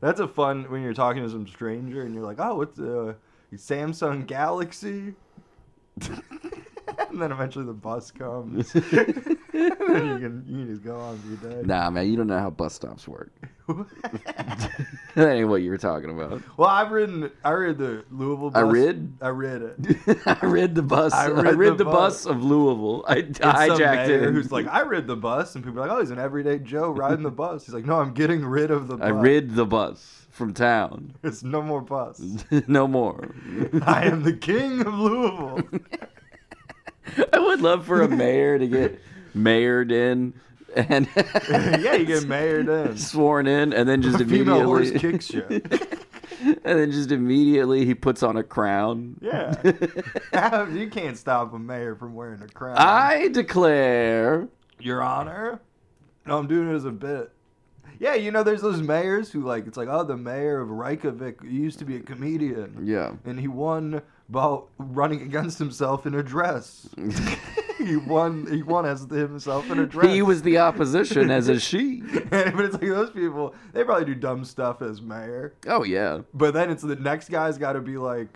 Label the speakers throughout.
Speaker 1: That's a fun when you're talking to some stranger and you're like, oh, what's uh, Samsung Galaxy? and then eventually the bus comes. and then you can, you can just go on with your day.
Speaker 2: Nah, man, you don't know how bus stops work. that ain't what you were talking about.
Speaker 1: well, I've ridden. I read the Louisville.
Speaker 2: I
Speaker 1: bus-
Speaker 2: rid?
Speaker 1: I read it.
Speaker 2: I rid the bus. I rid, the, bus. of Louisville. I
Speaker 1: It's some
Speaker 2: hijacked
Speaker 1: mayor
Speaker 2: it.
Speaker 1: Who's like, I rid the bus, and people are like, oh, he's an everyday Joe riding the bus. He's like, no, I'm getting rid of the bus.
Speaker 2: I rid the bus from town.
Speaker 1: It's no more bus.
Speaker 2: no more.
Speaker 1: I am the king of Louisville.
Speaker 2: I would love for a mayor to get mayored in and
Speaker 1: yeah, you get mayor then.
Speaker 2: sworn in, and then just
Speaker 1: Female horse
Speaker 2: immediately
Speaker 1: kicks you.
Speaker 2: and then just immediately he puts on a crown.
Speaker 1: Yeah. you can't stop a mayor from wearing a crown.
Speaker 2: I declare.
Speaker 1: Your Honor? No, I'm doing it as a bit. Yeah, you know, there's those mayors who, like, it's like, oh, the mayor of Reykjavik used to be a comedian.
Speaker 2: Yeah.
Speaker 1: And he won by running against himself in a dress. he won. He won as himself in a dress.
Speaker 2: He was the opposition as a she.
Speaker 1: but it's like those people, they probably do dumb stuff as mayor.
Speaker 2: Oh yeah.
Speaker 1: But then it's the next guy's got to be like,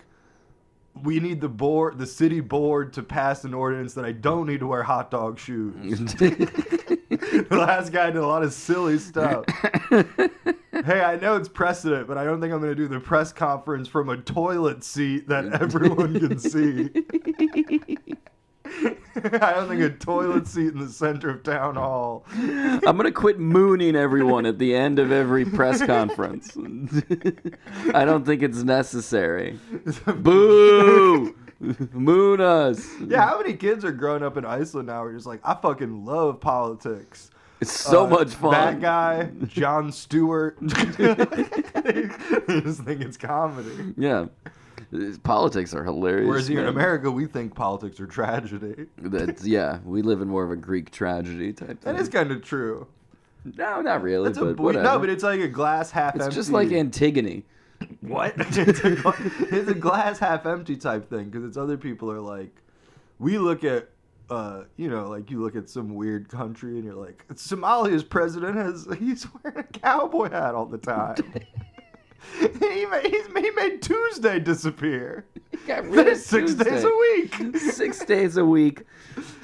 Speaker 1: we need the board, the city board, to pass an ordinance that I don't need to wear hot dog shoes. the last guy did a lot of silly stuff. hey, I know it's precedent, but I don't think I'm going to do the press conference from a toilet seat that everyone can see. I don't think a toilet seat in the center of town hall.
Speaker 2: I'm gonna quit mooning everyone at the end of every press conference. I don't think it's necessary. Boo! Moon us.
Speaker 1: Yeah, how many kids are growing up in Iceland now? Are just like, I fucking love politics.
Speaker 2: It's so
Speaker 1: Uh,
Speaker 2: much fun.
Speaker 1: That guy, John Stewart. they just think it's comedy.
Speaker 2: Yeah. These Politics are hilarious.
Speaker 1: Whereas here in
Speaker 2: man.
Speaker 1: America, we think politics are tragedy.
Speaker 2: That's, yeah, we live in more of a Greek tragedy type thing.
Speaker 1: That is kind of true.
Speaker 2: no, not really,
Speaker 1: That's
Speaker 2: but
Speaker 1: a boy.
Speaker 2: whatever.
Speaker 1: No, but it's like a glass half
Speaker 2: it's
Speaker 1: empty.
Speaker 2: just like Antigone.
Speaker 1: what? it's, a, gla- it's a glass half empty type thing because it's other people are like, we look at, uh, you know, like you look at some weird country and you're like, Somalia's president has he's wearing a cowboy hat all the time. he made he's, he made Tuesday disappear.
Speaker 2: Got rid of
Speaker 1: There's six days
Speaker 2: Tuesday.
Speaker 1: a week.
Speaker 2: Six days a week,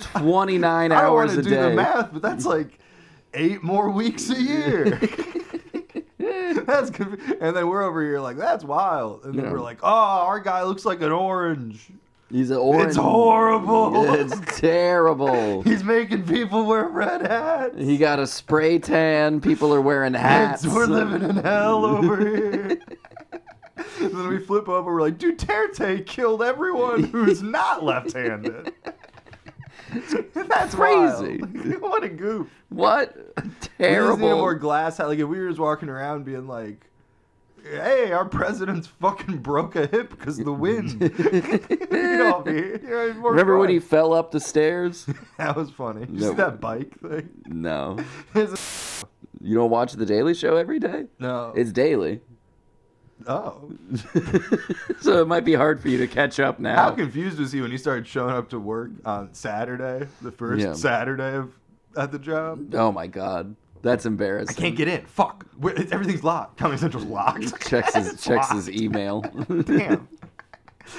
Speaker 2: twenty nine
Speaker 1: I don't want
Speaker 2: hours
Speaker 1: to
Speaker 2: a
Speaker 1: do
Speaker 2: day.
Speaker 1: the math, but that's like eight more weeks a year. that's conf- and then we're over here like that's wild, and then
Speaker 2: Yeah.
Speaker 1: we're like, oh, our guy looks like an orange.
Speaker 2: He's an orange.
Speaker 1: It's horrible.
Speaker 2: It's terrible.
Speaker 1: He's making people wear red hats.
Speaker 2: He got a spray tan. People are wearing hats.
Speaker 1: It's- we're living in hell over here. And then we flip over, we're like, Duterte killed everyone who's not left-handed. That's
Speaker 2: crazy.
Speaker 1: wild. what a goof.
Speaker 2: What?
Speaker 1: We just need a
Speaker 2: Terrible.
Speaker 1: more glass hat. Like if we were just walking around being like, "Hey, our president's fucking broke a hip because the wind." We'd all be, you know, it'd be more
Speaker 2: Remember when
Speaker 1: fun.
Speaker 2: he fell up the stairs?
Speaker 1: That was funny. Just
Speaker 2: No.
Speaker 1: that bike thing.
Speaker 2: No.
Speaker 1: It's-
Speaker 2: You don't watch The Daily Show every day?
Speaker 1: no.
Speaker 2: It's daily.
Speaker 1: oh.
Speaker 2: so it might be hard for you to catch up now.
Speaker 1: How confused was he when he started showing up to work on Saturday, the first
Speaker 2: Yeah.
Speaker 1: Saturday of at the job?
Speaker 2: oh my god. That's embarrassing.
Speaker 1: Can't get in. Fuck. Where, everything's locked. Comedy Central's locked.
Speaker 2: checks his
Speaker 1: It's
Speaker 2: checks
Speaker 1: locked.
Speaker 2: his email.
Speaker 1: Damn.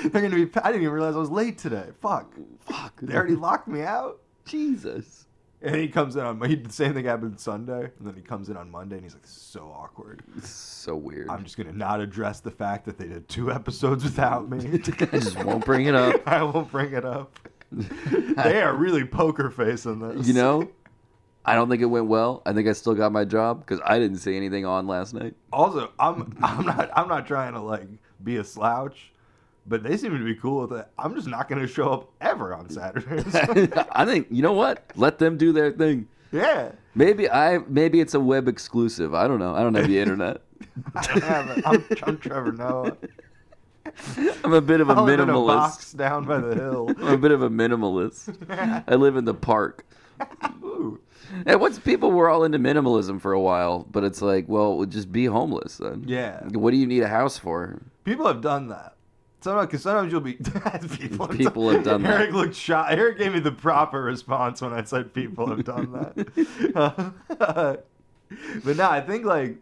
Speaker 1: They're gonna be. I didn't even realize I was late today. Fuck.
Speaker 2: Fuck.
Speaker 1: They already locked me out.
Speaker 2: Jesus.
Speaker 1: And he comes in on he, the same thing happened Sunday, and then he comes in on Monday, and he's like, "This is so awkward.
Speaker 2: It's so weird.
Speaker 1: I'm just gonna not address the fact that they did two episodes without me.
Speaker 2: I just won't bring it up.
Speaker 1: I won't bring it up. they are really poker facing this.
Speaker 2: You know, I don't think it went well. I think I still got my job because I didn't say anything on last night.
Speaker 1: Also, I'm I'm not I'm not trying to like be a slouch, but they seem to be cool with it. I'm just not gonna show up ever on Saturdays.
Speaker 2: I think you know what? Let them do their thing.
Speaker 1: yeah.
Speaker 2: Maybe I maybe it's a web exclusive. I don't know. I don't have the internet.
Speaker 1: I don't have it. I'm, I'm Trevor Noah.
Speaker 2: I'm a bit of a
Speaker 1: I live in a
Speaker 2: minimalist. Um,
Speaker 1: box down by the hill.
Speaker 2: I'm a bit of a minimalist. I live in the park.
Speaker 1: Ooh.
Speaker 2: And once people were all into minimalism for a while, but it's like, well, just be homeless then.
Speaker 1: Yeah.
Speaker 2: What do you need a house for?
Speaker 1: People have done that. Sometimes, because sometimes you'll be people.
Speaker 2: People have done that.
Speaker 1: Eric looked shocked. Eric gave me the proper response when I said people have done that. but no, I think like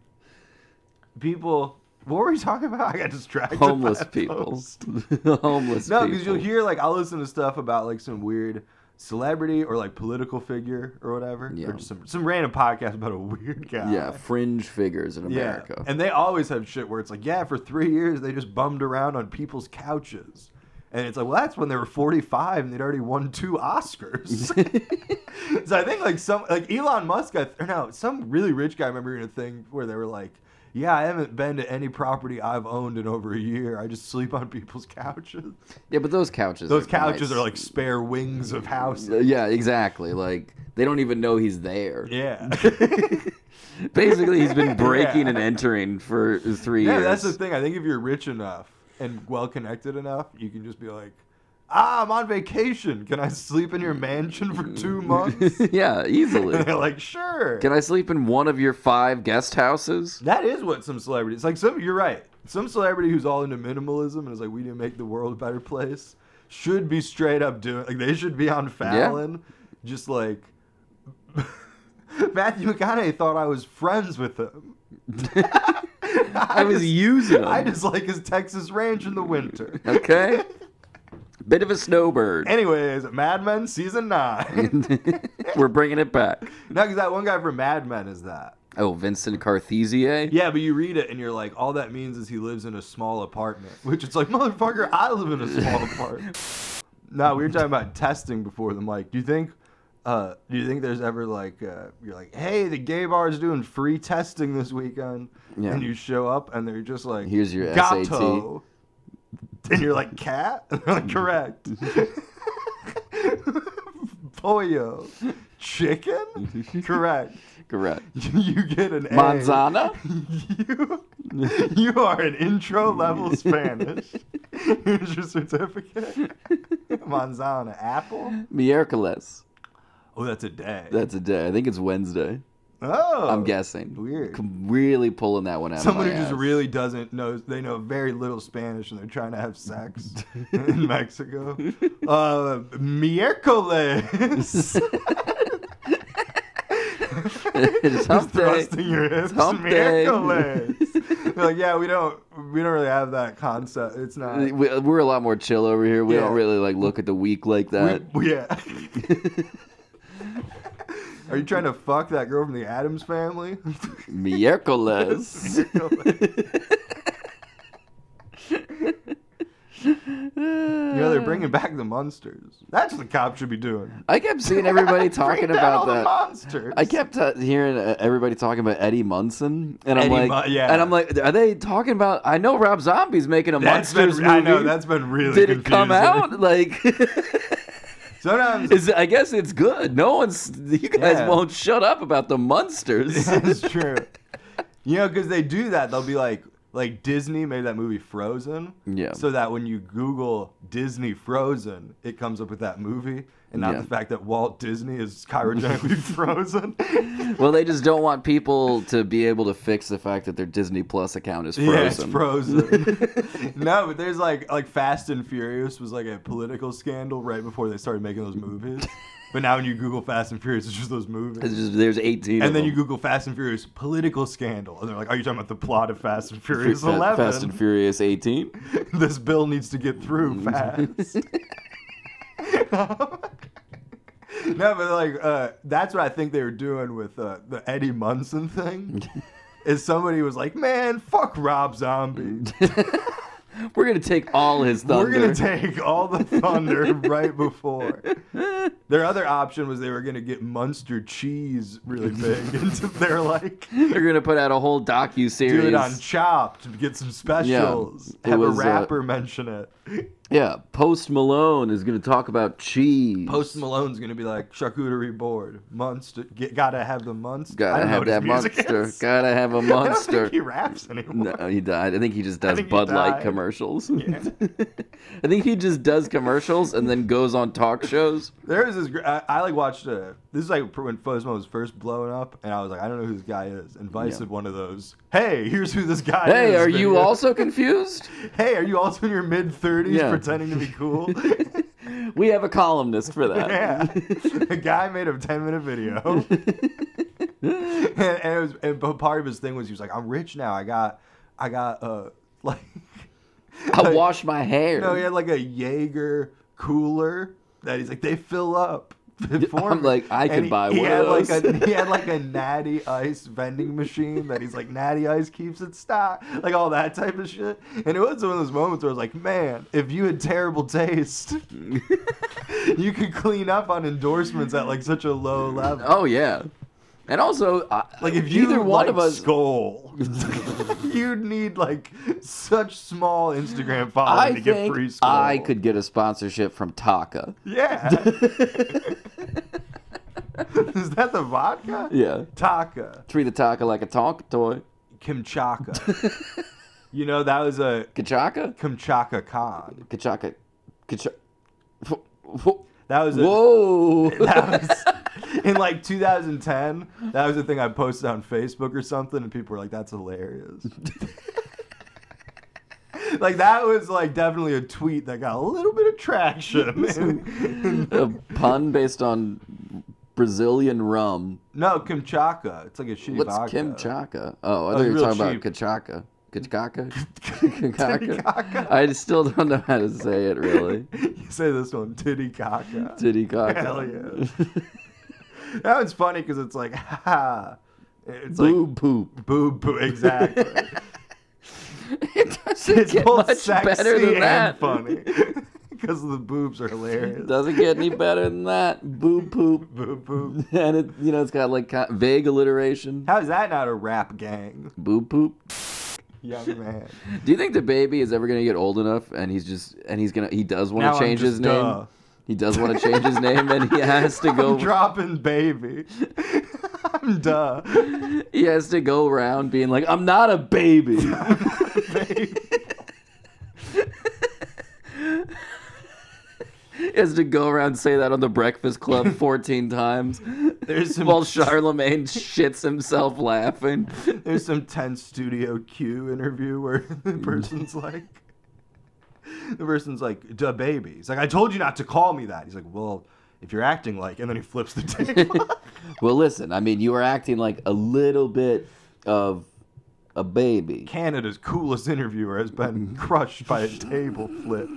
Speaker 1: people. What were we talking about? I got distracted. by
Speaker 2: homeless
Speaker 1: that
Speaker 2: people.
Speaker 1: post.
Speaker 2: homeless
Speaker 1: No, because
Speaker 2: people.
Speaker 1: you'll hear like I'll listen to stuff about like some weird celebrity or like political figure or whatever,
Speaker 2: Yeah.
Speaker 1: or just some some random podcast about a weird guy.
Speaker 2: yeah, fringe figures in
Speaker 1: Yeah,
Speaker 2: America.
Speaker 1: and they always have shit where it's like, yeah, for three years they just bummed around on people's couches, and it's like, well, that's when they were forty-five and they'd already won two Oscars. so I think like some like Elon Musk, I, or no, some really rich guy. I remember in a thing where they were like, yeah, I haven't been to any property I've owned in over a year. I just sleep on people's couches.
Speaker 2: yeah, but those couches.
Speaker 1: Those
Speaker 2: are
Speaker 1: couches
Speaker 2: nice.
Speaker 1: are like spare wings of houses.
Speaker 2: Yeah, exactly. Like they don't even know he's there.
Speaker 1: Yeah.
Speaker 2: Basically, he's been breaking
Speaker 1: Yeah.
Speaker 2: and entering for three
Speaker 1: yeah,
Speaker 2: years.
Speaker 1: that's the thing. I think if you're rich enough and well connected enough, you can just be like, ah, I'm on vacation. Can I sleep in your mansion for two months?
Speaker 2: yeah,
Speaker 1: and
Speaker 2: easily.
Speaker 1: they're like, sure.
Speaker 2: Can I sleep in one of your five guest houses?
Speaker 1: that is what some celebrities like. Some you're right. Some celebrity who's all into minimalism and is like, we need to make the world a better place, should be straight up doing. Like they should be on Fallon, just like. Matthew McConaughey thought I was friends with him.
Speaker 2: I was using them.
Speaker 1: I just like his Texas ranch in the winter.
Speaker 2: Okay. Bit of a snowbird.
Speaker 1: Anyways, Mad Men season nine.
Speaker 2: We're bringing it back.
Speaker 1: no, because that one guy from Mad Men is that.
Speaker 2: Oh, Vincent Carthusier.
Speaker 1: Yeah, but you read it and you're like, all that means is he lives in a small apartment. Which it's like, motherfucker, I live in a small apartment. no, we were talking about testing before the mic. Do you think, uh, do you think there's ever like, uh, you're like, hey, the gay bar is doing free testing this weekend,
Speaker 2: Yeah.
Speaker 1: and you show up and they're just like,
Speaker 2: Here's your
Speaker 1: gato. and you're like, cat, And they're like, correct. Pollo, chicken, correct.
Speaker 2: Correct.
Speaker 1: You get an A.
Speaker 2: Manzana.
Speaker 1: You, you are an intro level Spanish. Here's your certificate. Manzana apple.
Speaker 2: Miércoles.
Speaker 1: Oh, that's a day.
Speaker 2: That's a day. I think it's Wednesday.
Speaker 1: oh,
Speaker 2: I'm guessing.
Speaker 1: Weird.
Speaker 2: Com- Really pulling that one out.
Speaker 1: Someone
Speaker 2: of
Speaker 1: who
Speaker 2: my
Speaker 1: just
Speaker 2: ass.
Speaker 1: really doesn't know. They know very little Spanish and they're trying to have sex in Mexico. Uh, miércoles.
Speaker 2: It's hump
Speaker 1: Just
Speaker 2: day.
Speaker 1: thrusting your hips.
Speaker 2: hump day.
Speaker 1: Miércoles. like, yeah, we don't, we don't really have that concept. It's not.
Speaker 2: We- We're a lot more chill over here. We don't
Speaker 1: Yeah.
Speaker 2: really like look at the week like that.
Speaker 1: We- yeah. Are you trying to fuck that girl from the Adams family?
Speaker 2: Miércoles.
Speaker 1: you know, they're bringing back the monsters. That's what the cops should be doing.
Speaker 2: I kept seeing everybody
Speaker 1: Bring
Speaker 2: talking
Speaker 1: down all
Speaker 2: about
Speaker 1: the
Speaker 2: that.
Speaker 1: monsters.
Speaker 2: I kept uh, hearing uh, everybody talking about Eddie Munson, and I'm
Speaker 1: Eddie
Speaker 2: like,
Speaker 1: Mun- yeah.
Speaker 2: and I'm like, are they talking about? I know Rob Zombie's making a
Speaker 1: That's been,
Speaker 2: monsters movie.
Speaker 1: I know, that's been really
Speaker 2: Did it come
Speaker 1: confusing.
Speaker 2: out? Like,
Speaker 1: Sometimes
Speaker 2: is I guess it's good. No one's. You guys
Speaker 1: Yeah.
Speaker 2: won't shut up about the monsters.
Speaker 1: That's true. You know, because they do that. They'll be like, like Disney made that movie Frozen.
Speaker 2: Yeah.
Speaker 1: So that when you Google Disney Frozen, it comes up with that movie, and not
Speaker 2: Yeah.
Speaker 1: the fact that Walt Disney is chirogenically frozen.
Speaker 2: well, they just don't want people to be able to fix the fact that their Disney Plus account is frozen.
Speaker 1: Yeah, it's frozen. no, but there's like like Fast and Furious was like a political scandal right before they started making those movies. but now when you Google Fast and Furious, it's just those movies.
Speaker 2: It's just- there's 18. of
Speaker 1: and then
Speaker 2: them.
Speaker 1: you Google Fast and Furious political scandal, and they're like, "Are you talking about the plot of Fast and
Speaker 2: Fa-
Speaker 1: Furious
Speaker 2: Fa-
Speaker 1: 11?"
Speaker 2: Fast and Furious 18.
Speaker 1: this bill needs to get through fast. no, but like uh, that's what I think they were doing with uh, the Eddie Munson thing. Is somebody was like, "Man, fuck Rob Zombie.
Speaker 2: We're gonna take all his thunder.
Speaker 1: We're gonna take all the thunder right before." Their other option was they were gonna get Munster cheese really big into their like.
Speaker 2: They're gonna put out a whole docu series.
Speaker 1: Do it on Chopped. Get some specials.
Speaker 2: it
Speaker 1: Have
Speaker 2: was,
Speaker 1: a
Speaker 2: uh,
Speaker 1: rapper mention it.
Speaker 2: Yeah, Post Malone is going to talk about cheese.
Speaker 1: Post Malone's gonna be like charcuterie board, monster. Get, gotta have the monster. I
Speaker 2: gotta
Speaker 1: don't know
Speaker 2: have
Speaker 1: what his
Speaker 2: that
Speaker 1: music
Speaker 2: monster.
Speaker 1: is.
Speaker 2: Gotta have a
Speaker 1: I don't
Speaker 2: monster.
Speaker 1: think he raps anymore.
Speaker 2: No, he died. I think he just does
Speaker 1: think he
Speaker 2: Bud Light
Speaker 1: died.
Speaker 2: commercials. I think he just does commercials and then goes on talk shows.
Speaker 1: There was this. gr- I, I like watched a. This is like when Post Malone was first blowing up, and I was like, I don't know who this guy is. And Vice
Speaker 2: Yeah.
Speaker 1: did one of those. Hey, here's who this guy is.
Speaker 2: Hey, are you
Speaker 1: videos.
Speaker 2: also confused?
Speaker 1: Hey, are you also in your mid thirties
Speaker 2: Yeah.
Speaker 1: pretending to be cool?
Speaker 2: We have a columnist for that.
Speaker 1: yeah, a guy made a ten minute video. and, and, it was, and but part of his thing was he was like, I'm rich now. I got, I got, uh, like,
Speaker 2: I wash my hair.
Speaker 1: no, he had like a Jaeger cooler that he's like, they fill up. for
Speaker 2: I'm
Speaker 1: me."
Speaker 2: like, I
Speaker 1: And
Speaker 2: could
Speaker 1: he-
Speaker 2: buy
Speaker 1: he
Speaker 2: one
Speaker 1: had
Speaker 2: of
Speaker 1: Like
Speaker 2: those.
Speaker 1: a, he had like a natty ice vending machine that he's like, natty ice keeps it stock, like all that type of shit. And it was one of those moments where I was like, man, if you had terrible taste, you could clean up on endorsements at like such a low level.
Speaker 2: Oh yeah, and also I,
Speaker 1: Like if you
Speaker 2: either one
Speaker 1: liked
Speaker 2: of us,
Speaker 1: Skull, you'd need like such small Instagram following
Speaker 2: I
Speaker 1: to get
Speaker 2: think
Speaker 1: free Skull.
Speaker 2: I could get a sponsorship from Taka.
Speaker 1: Yeah. Is that the vodka?
Speaker 2: Yeah,
Speaker 1: Taka.
Speaker 2: treat a Taka like a Tonka toy.
Speaker 1: Kimchaka. you know, that was a
Speaker 2: Kachaka,
Speaker 1: Kimchaka Khan.
Speaker 2: Kachaka, Kachaka.
Speaker 1: That was a
Speaker 2: Whoa!
Speaker 1: that was in like 2010. That was the thing I posted on Facebook or something, and people were like, "That's hilarious." like that was like definitely a tweet that got a little bit of traction.
Speaker 2: a pun based on Brazilian rum.
Speaker 1: no, Kimchaka. It's like a shitty
Speaker 2: What's
Speaker 1: vodka.
Speaker 2: Kim Chaka? Oh, I
Speaker 1: it's
Speaker 2: thought you were
Speaker 1: real
Speaker 2: talking
Speaker 1: cheap.
Speaker 2: about Kachaka. Kachaka? Kachaka? I still don't know how to say it really.
Speaker 1: You say this one, titty caca.
Speaker 2: Titty Kaka.
Speaker 1: Hell yeah. that one's funny because it's like, ha. It's like
Speaker 2: Boo poop.
Speaker 1: boo boo. Exactly.
Speaker 2: It doesn't
Speaker 1: It's
Speaker 2: get
Speaker 1: both
Speaker 2: much
Speaker 1: sexy
Speaker 2: better than
Speaker 1: and
Speaker 2: that.
Speaker 1: funny because the boobs are hilarious.
Speaker 2: Doesn't get any better than that. Boo poop.
Speaker 1: Boo boo.
Speaker 2: And it, you know, it's got like kind vague alliteration.
Speaker 1: How is that not a rap gang,
Speaker 2: Boo poop.
Speaker 1: young man?
Speaker 2: Do you think the baby is ever gonna get old enough and he's just and he's gonna he does want
Speaker 1: Now I'm
Speaker 2: to change
Speaker 1: just
Speaker 2: his
Speaker 1: duh.
Speaker 2: name? He does want to change his name and he has to go
Speaker 1: I'm dropping baby. I'm duh.
Speaker 2: he has to go around being like, I'm not a baby.
Speaker 1: Baby.
Speaker 2: he has to go around and say that on the Breakfast Club 14 times
Speaker 1: There's some
Speaker 2: while Charlemagne shits himself laughing.
Speaker 1: there's some tense Studio Q interview where
Speaker 2: Mm.
Speaker 1: the person's like. The person's like, duh, baby. He's like, I told you not to call me that. He's like, well, if you're acting like, and then he flips the table.
Speaker 2: Well, listen, I mean, you were acting like a little bit of a baby.
Speaker 1: Canada's coolest interviewer has been
Speaker 2: Mm.
Speaker 1: crushed by a table flip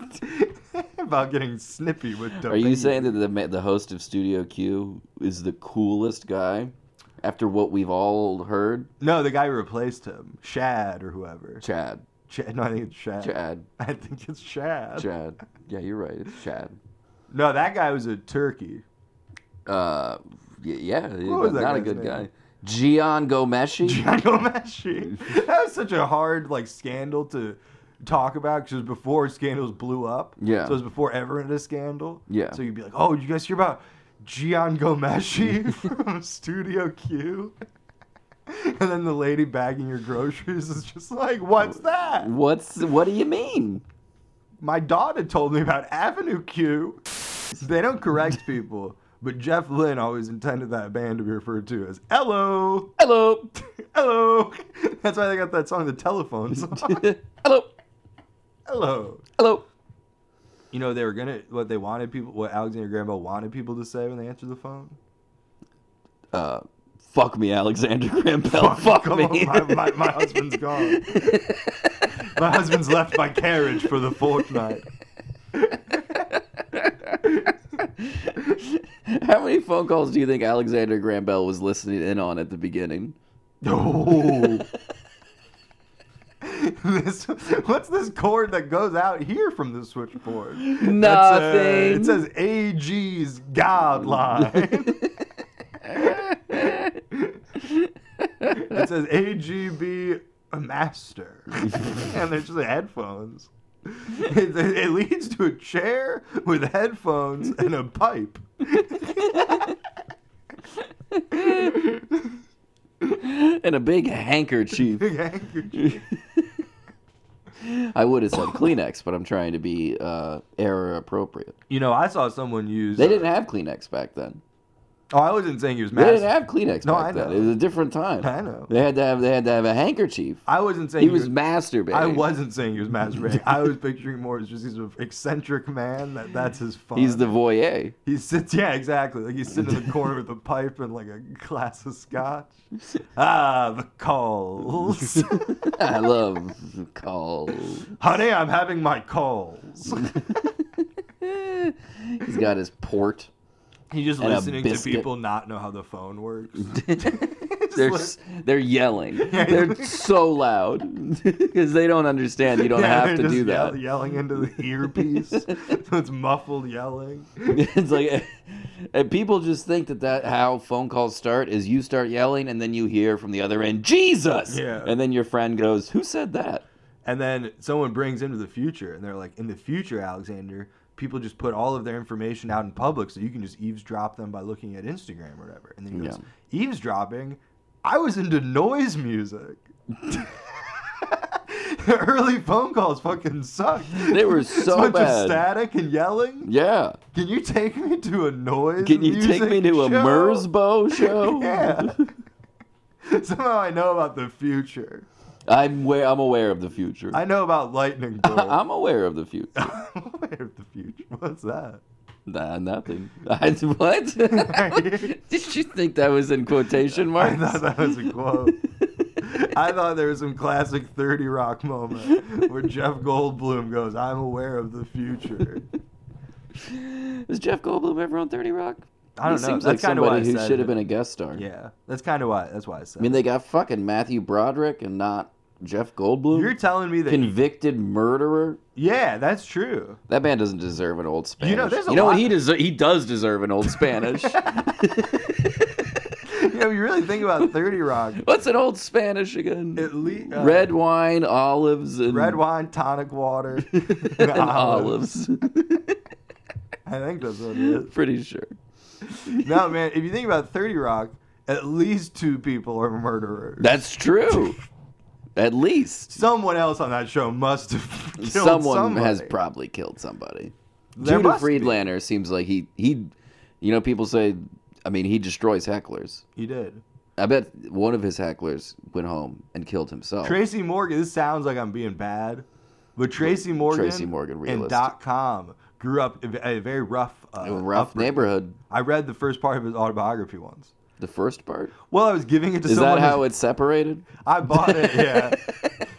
Speaker 1: about getting snippy with
Speaker 2: Are you saying that the ma- the host of Studio Q is the coolest guy after what we've all heard?
Speaker 1: No, the guy who replaced him, Shad or whoever.
Speaker 2: Chad,
Speaker 1: Chad, no, I think it's Shad.
Speaker 2: Chad,
Speaker 1: I think it's Shad.
Speaker 2: Chad. Yeah, you're right. It's Chad.
Speaker 1: No, that guy was a turkey.
Speaker 2: Uh, y- yeah,
Speaker 1: was that
Speaker 2: not a
Speaker 1: guy's name?
Speaker 2: good guy. Gian Gomeshi.
Speaker 1: Gianni Messi. That was such a hard like scandal to talk about because it was before scandals blew up.
Speaker 2: Yeah.
Speaker 1: So it was before ever had a scandal.
Speaker 2: Yeah.
Speaker 1: So you'd be like, oh, you guys hear about Gian Gomeshi from Studio Q? And then the lady bagging your groceries is just like, what's that?
Speaker 2: What's what do you mean?
Speaker 1: My daughter told me about Avenue Q. They don't correct people, but Jeff Lynne always intended that band to be referred to as Hello.
Speaker 2: Hello,
Speaker 1: Hello. That's why they got that song, the telephone song.
Speaker 2: hello,
Speaker 1: Hello.
Speaker 2: hello.
Speaker 1: You know they were gonna what they wanted people what Alexander Graham Bell wanted people to say when they answered the phone.
Speaker 2: Uh, fuck me, Alexander Graham Bell. Fuck,
Speaker 1: Oh, Come
Speaker 2: me.
Speaker 1: on, my, my, my husband's gone. my husband's left my carriage for the fortnight.
Speaker 2: How many phone calls do you think Alexander Graham Bell was listening in on at the beginning?
Speaker 1: Oh. this, what's this cord that goes out here from the switchboard? That's, uh,
Speaker 2: Nothing.
Speaker 1: it says AG's God line. it says AGB a master, and there's just headphones. It, it leads to a chair with headphones and a pipe.
Speaker 2: and a big handkerchief.
Speaker 1: Big handkerchief.
Speaker 2: I would have said Kleenex, but I'm trying to be uh, era appropriate.
Speaker 1: You know, I saw someone use.
Speaker 2: They didn't have Kleenex back then.
Speaker 1: Oh, I wasn't saying he was
Speaker 2: They didn't
Speaker 1: massive.
Speaker 2: have Kleenex
Speaker 1: No,
Speaker 2: back
Speaker 1: I
Speaker 2: then.
Speaker 1: know.
Speaker 2: It was a different time.
Speaker 1: I know.
Speaker 2: They had to have they had to have a handkerchief.
Speaker 1: I wasn't saying
Speaker 2: He was
Speaker 1: was-
Speaker 2: masturbating.
Speaker 1: I wasn't saying he was masturbating. I was picturing more as just he's an eccentric man. That that's his fun.
Speaker 2: He's the voyeur.
Speaker 1: he sits yeah exactly like he's sitting in the corner with a pipe and like a glass of scotch. Ah, the calls,
Speaker 2: I love calls.
Speaker 1: honey. I'm having my calls.
Speaker 2: He's got his port.
Speaker 1: He's just
Speaker 2: And a
Speaker 1: listening to
Speaker 2: biscuit.
Speaker 1: people not know how the phone works.
Speaker 2: They're s- they're yelling. They're so loud because they don't understand. You don't
Speaker 1: Yeah,
Speaker 2: have
Speaker 1: they're
Speaker 2: to
Speaker 1: just
Speaker 2: do
Speaker 1: yell-
Speaker 2: that.
Speaker 1: yelling into the earpiece. so it's muffled yelling.
Speaker 2: it's like and people just think that that how phone calls start is you start yelling and then you hear from the other end jesus
Speaker 1: Yeah.
Speaker 2: and then your friend goes who said that
Speaker 1: And then someone brings into the future, and they're like, in the future, Alexander, people just put all of their information out in public, so you can just eavesdrop them by looking at Instagram or whatever. And then he goes, eavesdropping. I was into noise music. Early phone calls fucking sucked.
Speaker 2: They were
Speaker 1: It's a
Speaker 2: so
Speaker 1: bunch
Speaker 2: bad.
Speaker 1: of static and yelling.
Speaker 2: yeah
Speaker 1: Can you take me to a noise?
Speaker 2: can you take
Speaker 1: music
Speaker 2: me to a
Speaker 1: show?
Speaker 2: mersbo show
Speaker 1: Yeah. Somehow I know about the future.
Speaker 2: i'm aware i'm aware of the future
Speaker 1: I know about lightning bolt.
Speaker 2: i'm aware of the future
Speaker 1: I'm aware of the future. What's that?
Speaker 2: nah nothing I, what did you think that was in quotation
Speaker 1: I
Speaker 2: marks
Speaker 1: thought that was a quote. I thought there was some classic 30 Rock moment where Jeff Goldblum goes, I'm aware of the future.
Speaker 2: was jeff goldblum ever on 30 rock
Speaker 1: I don't
Speaker 2: he
Speaker 1: know.
Speaker 2: seems like
Speaker 1: That's kinda why
Speaker 2: somebody
Speaker 1: I
Speaker 2: who
Speaker 1: said
Speaker 2: should have
Speaker 1: it.
Speaker 2: been a guest star
Speaker 1: Yeah, that's kind of why. That's why I said.
Speaker 2: I mean,
Speaker 1: it.
Speaker 2: they got fucking Matthew Broderick and not Jeff Goldblum.
Speaker 1: You're telling me that.
Speaker 2: convicted murderer.
Speaker 1: yeah, that's true.
Speaker 2: That man doesn't deserve an old Spanish.
Speaker 1: You know, there's a
Speaker 2: what
Speaker 1: lot-
Speaker 2: he deser- He does deserve an old Spanish.
Speaker 1: You know, you really think about 30 Rock.
Speaker 2: What's an old Spanish again?
Speaker 1: At least
Speaker 2: red wine, olives, and
Speaker 1: red wine, tonic water,
Speaker 2: and olives.
Speaker 1: I think that's what it is.
Speaker 2: Pretty sure.
Speaker 1: No, man, if you think about 30 Rock, at least two people are murderers.
Speaker 2: That's true. At least
Speaker 1: Someone else on that show must have killed
Speaker 2: someone has
Speaker 1: somebody.
Speaker 2: probably killed somebody.
Speaker 1: There
Speaker 2: Judah
Speaker 1: must be.
Speaker 2: Friedlander seems like he he, you know, people say. I mean, he destroys hecklers.
Speaker 1: He did.
Speaker 2: I bet one of his hecklers went home and killed himself.
Speaker 1: Tracy Morgan, this sounds like I'm being bad, but Tracy Morgan,
Speaker 2: Tracy Morgan,
Speaker 1: and
Speaker 2: realistic.
Speaker 1: dot com grew up in a very rough, uh,
Speaker 2: a rough
Speaker 1: upbringing.
Speaker 2: neighborhood.
Speaker 1: I read the first part of his autobiography once.
Speaker 2: The first part
Speaker 1: Well, I was giving it to
Speaker 2: is
Speaker 1: someone.
Speaker 2: that how
Speaker 1: who-
Speaker 2: it's separated?
Speaker 1: I bought it, yeah.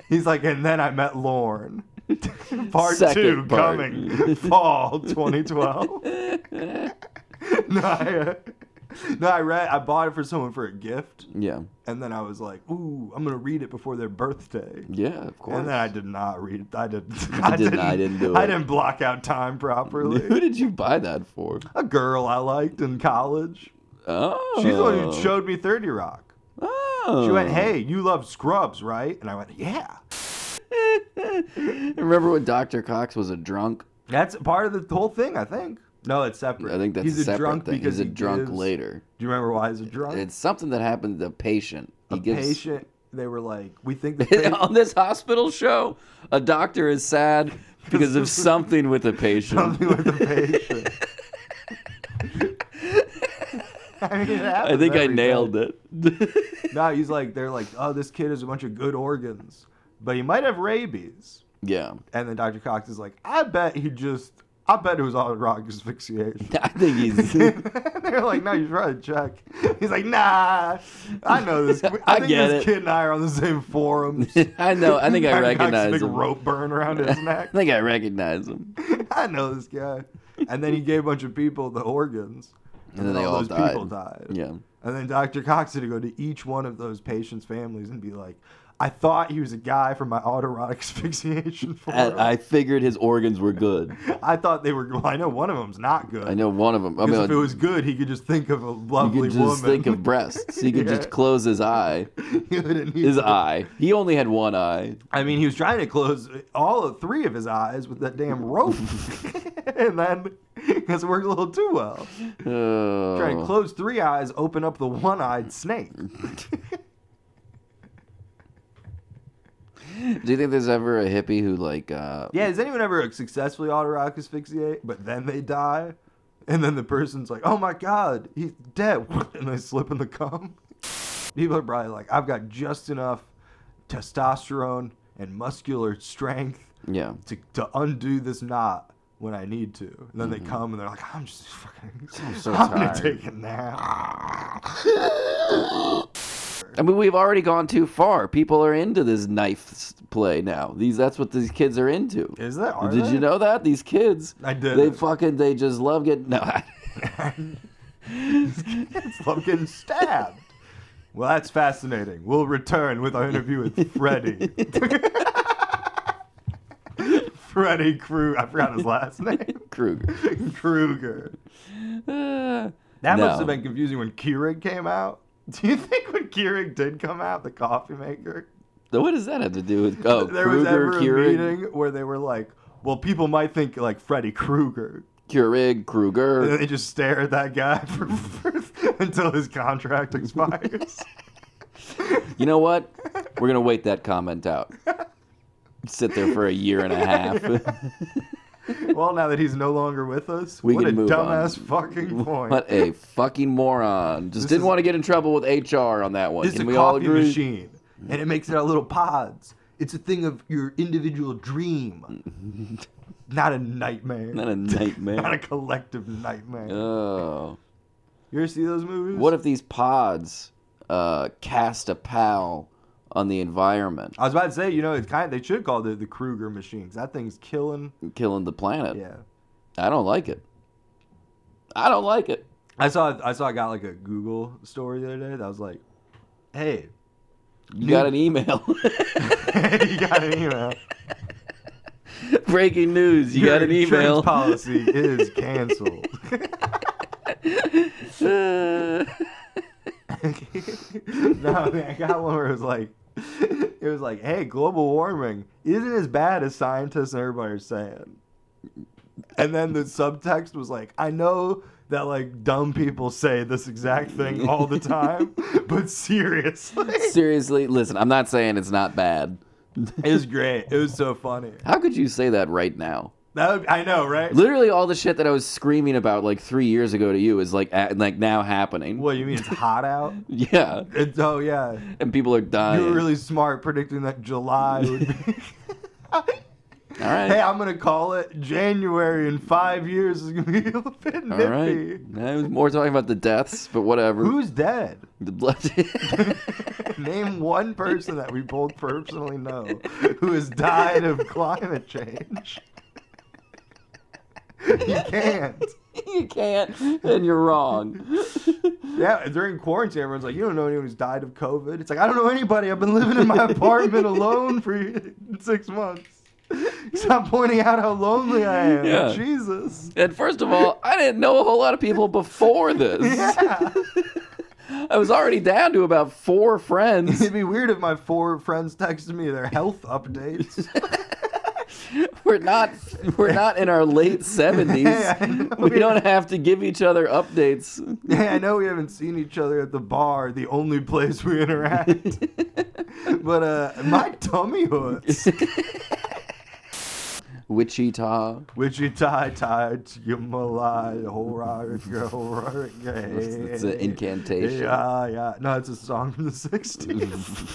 Speaker 1: He's like, and then I met Lorne. part
Speaker 2: Second
Speaker 1: two
Speaker 2: part.
Speaker 1: coming fall 2012. no, I, uh, no, I read. I bought it for someone for a gift,
Speaker 2: Yeah,
Speaker 1: and then I was like, "Ooh, I'm gonna read it before their birthday."
Speaker 2: yeah, of course.
Speaker 1: And then I did not read. it. I did. I
Speaker 2: didn't- I didn't do
Speaker 1: I
Speaker 2: it.
Speaker 1: didn't block out time properly.
Speaker 2: Who did you buy that for?
Speaker 1: a girl I liked in college.
Speaker 2: Oh,
Speaker 1: She's the one who showed me Thirty Rock.
Speaker 2: Oh.
Speaker 1: She went, "Hey, you love Scrubs, right?" And I went, "Yeah."
Speaker 2: Remember when Dr. Cox was a drunk?
Speaker 1: That's part of the whole thing, I think. No, it's separate.
Speaker 2: I think that's
Speaker 1: he's
Speaker 2: a separate
Speaker 1: drunk
Speaker 2: thing.
Speaker 1: because
Speaker 2: He's a
Speaker 1: he
Speaker 2: drunk
Speaker 1: gives-
Speaker 2: later.
Speaker 1: Do you remember why he's a drunk?
Speaker 2: It's something that happened to the patient. He
Speaker 1: a
Speaker 2: gives Oh.
Speaker 1: patient. They were like, "We think the patient
Speaker 2: on this hospital show, a doctor is sad because of something with a patient.
Speaker 1: something with the patient." I mean, it
Speaker 2: I
Speaker 1: happens
Speaker 2: think I
Speaker 1: every day.
Speaker 2: nailed it.
Speaker 1: No, he's like, they're like, oh, this kid has a bunch of good organs, but he might have rabies.
Speaker 2: yeah.
Speaker 1: And then Dr. Cox is like, I bet he just, I bet it was all rock asphyxiation.
Speaker 2: I think he's.
Speaker 1: they're like, no, you should probably check. He's like, nah, I know this. I,
Speaker 2: I
Speaker 1: think
Speaker 2: get
Speaker 1: this
Speaker 2: it.
Speaker 1: kid and I are on the same forums.
Speaker 2: I know. I think I
Speaker 1: Dr. Cox has a
Speaker 2: recognize
Speaker 1: big
Speaker 2: him.
Speaker 1: rope burn around his
Speaker 2: I
Speaker 1: neck.
Speaker 2: think I recognize him.
Speaker 1: I know this guy. And then he gave a bunch of people the organs, and,
Speaker 2: then
Speaker 1: then,
Speaker 2: they
Speaker 1: all,
Speaker 2: all
Speaker 1: those
Speaker 2: died.
Speaker 1: people died.
Speaker 2: Yeah.
Speaker 1: And then Dr. Cox had to go to each one of those patients' families and be like, I thought he was a guy from my autoerotic asphyxiation forum.
Speaker 2: I, I figured his organs were good.
Speaker 1: I thought they were, well, I know one of them's not good.
Speaker 2: I know one of them. I mean,
Speaker 1: Because if it was good, he could just think of a
Speaker 2: you
Speaker 1: lovely
Speaker 2: could just
Speaker 1: woman.
Speaker 2: think of breasts. He could
Speaker 1: Yeah.
Speaker 2: just close his eye.
Speaker 1: He wouldn't need
Speaker 2: His
Speaker 1: to-
Speaker 2: eye. He only had one eye.
Speaker 1: I mean, he was trying to close all of three of his eyes with that damn rope. and then, because it worked a little too well.
Speaker 2: Oh.
Speaker 1: Trying to close three eyes, open up the one eyed snake.
Speaker 2: Do you think there's ever a hippie who like? Uh,
Speaker 1: Yeah, does anyone ever successfully autoerotic asphyxiate, but then they die? And then the person's like, "Oh my God, he's dead!" And they slip in the cum. People are probably like, "I've got just enough testosterone and muscular strength
Speaker 2: Yeah.
Speaker 1: to, to undo this knot when I need to. And then they come and they're like, I'm just fucking. Mm-hmm. I'm,
Speaker 2: so
Speaker 1: gonna
Speaker 2: tired."
Speaker 1: take a nap.
Speaker 2: I mean, we've already gone too far. People are into this knife s- play now. These that's what these kids are into.
Speaker 1: Is that? Are
Speaker 2: Did
Speaker 1: they?
Speaker 2: you know that these kids?
Speaker 1: I
Speaker 2: They
Speaker 1: did.
Speaker 2: fucking they just love getting no. I-
Speaker 1: I'm getting stabbed. Well, that's fascinating. We'll return with our interview with Freddie. Freddie Krueger. I forgot his last name.
Speaker 2: Kruger.
Speaker 1: Krueger.
Speaker 2: Uh,
Speaker 1: That
Speaker 2: No.
Speaker 1: must have been confusing when Keurig came out. Do you think when Keurig did come out, the coffee maker,
Speaker 2: what does that have to do with oh
Speaker 1: there was
Speaker 2: Kruger
Speaker 1: ever a
Speaker 2: Keurig
Speaker 1: meeting where they were like, "Well, people might think like Freddy Krueger,"
Speaker 2: Keurig Kruger?
Speaker 1: and then they just stare at that guy for, for- until his contract expires.
Speaker 2: You know what? We're gonna wait that comment out. Sit there for a year and a half.
Speaker 1: well, now that he's no longer with us,
Speaker 2: We
Speaker 1: what
Speaker 2: can
Speaker 1: a
Speaker 2: move
Speaker 1: dumbass fucking point.
Speaker 2: what a fucking moron! Just didn't
Speaker 1: is-
Speaker 2: want to get in trouble with HR on that one.
Speaker 1: It's
Speaker 2: Can
Speaker 1: a
Speaker 2: we all
Speaker 1: coffee
Speaker 2: agree?
Speaker 1: machine, and it makes it out of little pods. It's a thing of your individual dream, not a nightmare,
Speaker 2: Not a
Speaker 1: not a
Speaker 2: nightmare.
Speaker 1: collective nightmare.
Speaker 2: oh,
Speaker 1: you ever see those movies?
Speaker 2: what if these pods uh, cast a pal on the environment,
Speaker 1: I was about to say, you know, it's kind. they should call it the Kruger machine 'cause that thing's killing.
Speaker 2: killing the planet?
Speaker 1: Yeah.
Speaker 2: I don't like it. I don't like it.
Speaker 1: I saw I saw I got like a Google story the other day that was like, "Hey,
Speaker 2: You got an email.
Speaker 1: you got an email.
Speaker 2: Breaking news. You got
Speaker 1: Your
Speaker 2: an
Speaker 1: insurance
Speaker 2: email.
Speaker 1: Policy is canceled." no, I, mean, I got one where it was like, it was like, "Hey, global warming isn't as bad as scientists and everybody are saying." And then the subtext was like, "I know." That like dumb people say this exact thing all the time, but seriously,
Speaker 2: Seriously, listen. I'm not saying it's not bad.
Speaker 1: it was great. It was so funny.
Speaker 2: How could you say that right now?
Speaker 1: That would, I know, right?
Speaker 2: Literally, all the shit that I was screaming about like three years ago to you is like a- like now happening.
Speaker 1: What you mean? It's hot out.
Speaker 2: Yeah,
Speaker 1: It's, oh yeah, Uh,
Speaker 2: and people are
Speaker 1: you
Speaker 2: dying.
Speaker 1: were really smart predicting that July would be.
Speaker 2: all right,
Speaker 1: hey, I'm gonna call it January in five years is gonna be a bit
Speaker 2: all
Speaker 1: nippy.
Speaker 2: right. I was more talking about the deaths, but whatever.
Speaker 1: Who's dead?
Speaker 2: The blood.
Speaker 1: Name one person that we both personally know who has died of climate change. you can't.
Speaker 2: you can't, and you're wrong.
Speaker 1: Yeah, during quarantine, everyone's like, "You don't know anyone who's died of COVID." It's like I don't know anybody. I've been living in my apartment alone for six months. Stop pointing out how lonely I am.
Speaker 2: Yeah.
Speaker 1: Jesus.
Speaker 2: and first of all, I didn't know a whole lot of people before this.
Speaker 1: Yeah.
Speaker 2: I was already down to about four friends.
Speaker 1: It'd be weird if my four friends texted me their health updates.
Speaker 2: We're not we're not in our late seventies.
Speaker 1: Hey, I know.
Speaker 2: we don't have to give each other updates.
Speaker 1: hey, I know we haven't seen each other at the bar, the only place we interact. but uh, my tummy hurts.
Speaker 2: Wichita.
Speaker 1: Wichita, tied to your malai, horror, horror,
Speaker 2: It's an incantation.
Speaker 1: Yeah, yeah. No, it's a song from the 60s.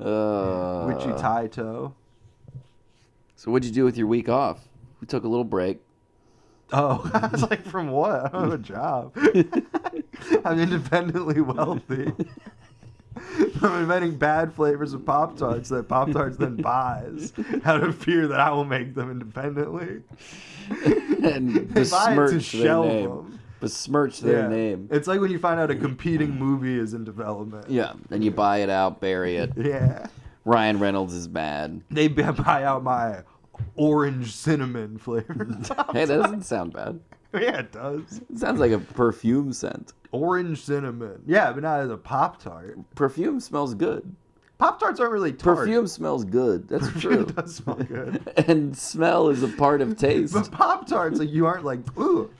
Speaker 2: Uh,
Speaker 1: Witchy Taito.
Speaker 2: So what'd you do with your week off? We took a little break.
Speaker 1: Oh, I was like, from what? I don't have a job. I'm independently wealthy. I'm inventing bad flavors of Pop Tarts that Pop Tarts then buys out of fear that I will make them independently.
Speaker 2: and
Speaker 1: They buy it to
Speaker 2: besmirch their
Speaker 1: shelve
Speaker 2: name.
Speaker 1: them.
Speaker 2: Besmirch their
Speaker 1: Yeah.
Speaker 2: name.
Speaker 1: It's like when you find out a competing movie is in development.
Speaker 2: Yeah. And you buy it out, bury it.
Speaker 1: Yeah.
Speaker 2: Ryan Reynolds is mad.
Speaker 1: They b- buy out my orange cinnamon flavor.
Speaker 2: Hey, that doesn't sound bad.
Speaker 1: yeah, it does.
Speaker 2: It sounds like a perfume scent.
Speaker 1: Orange cinnamon. Yeah, but not as a Pop Tart.
Speaker 2: Perfume smells good.
Speaker 1: Pop Tarts aren't really tart.
Speaker 2: Perfume smells good. That's
Speaker 1: Perfume
Speaker 2: true.
Speaker 1: does smell good.
Speaker 2: and smell is a part of taste.
Speaker 1: But Pop Tarts, like you aren't like, ooh.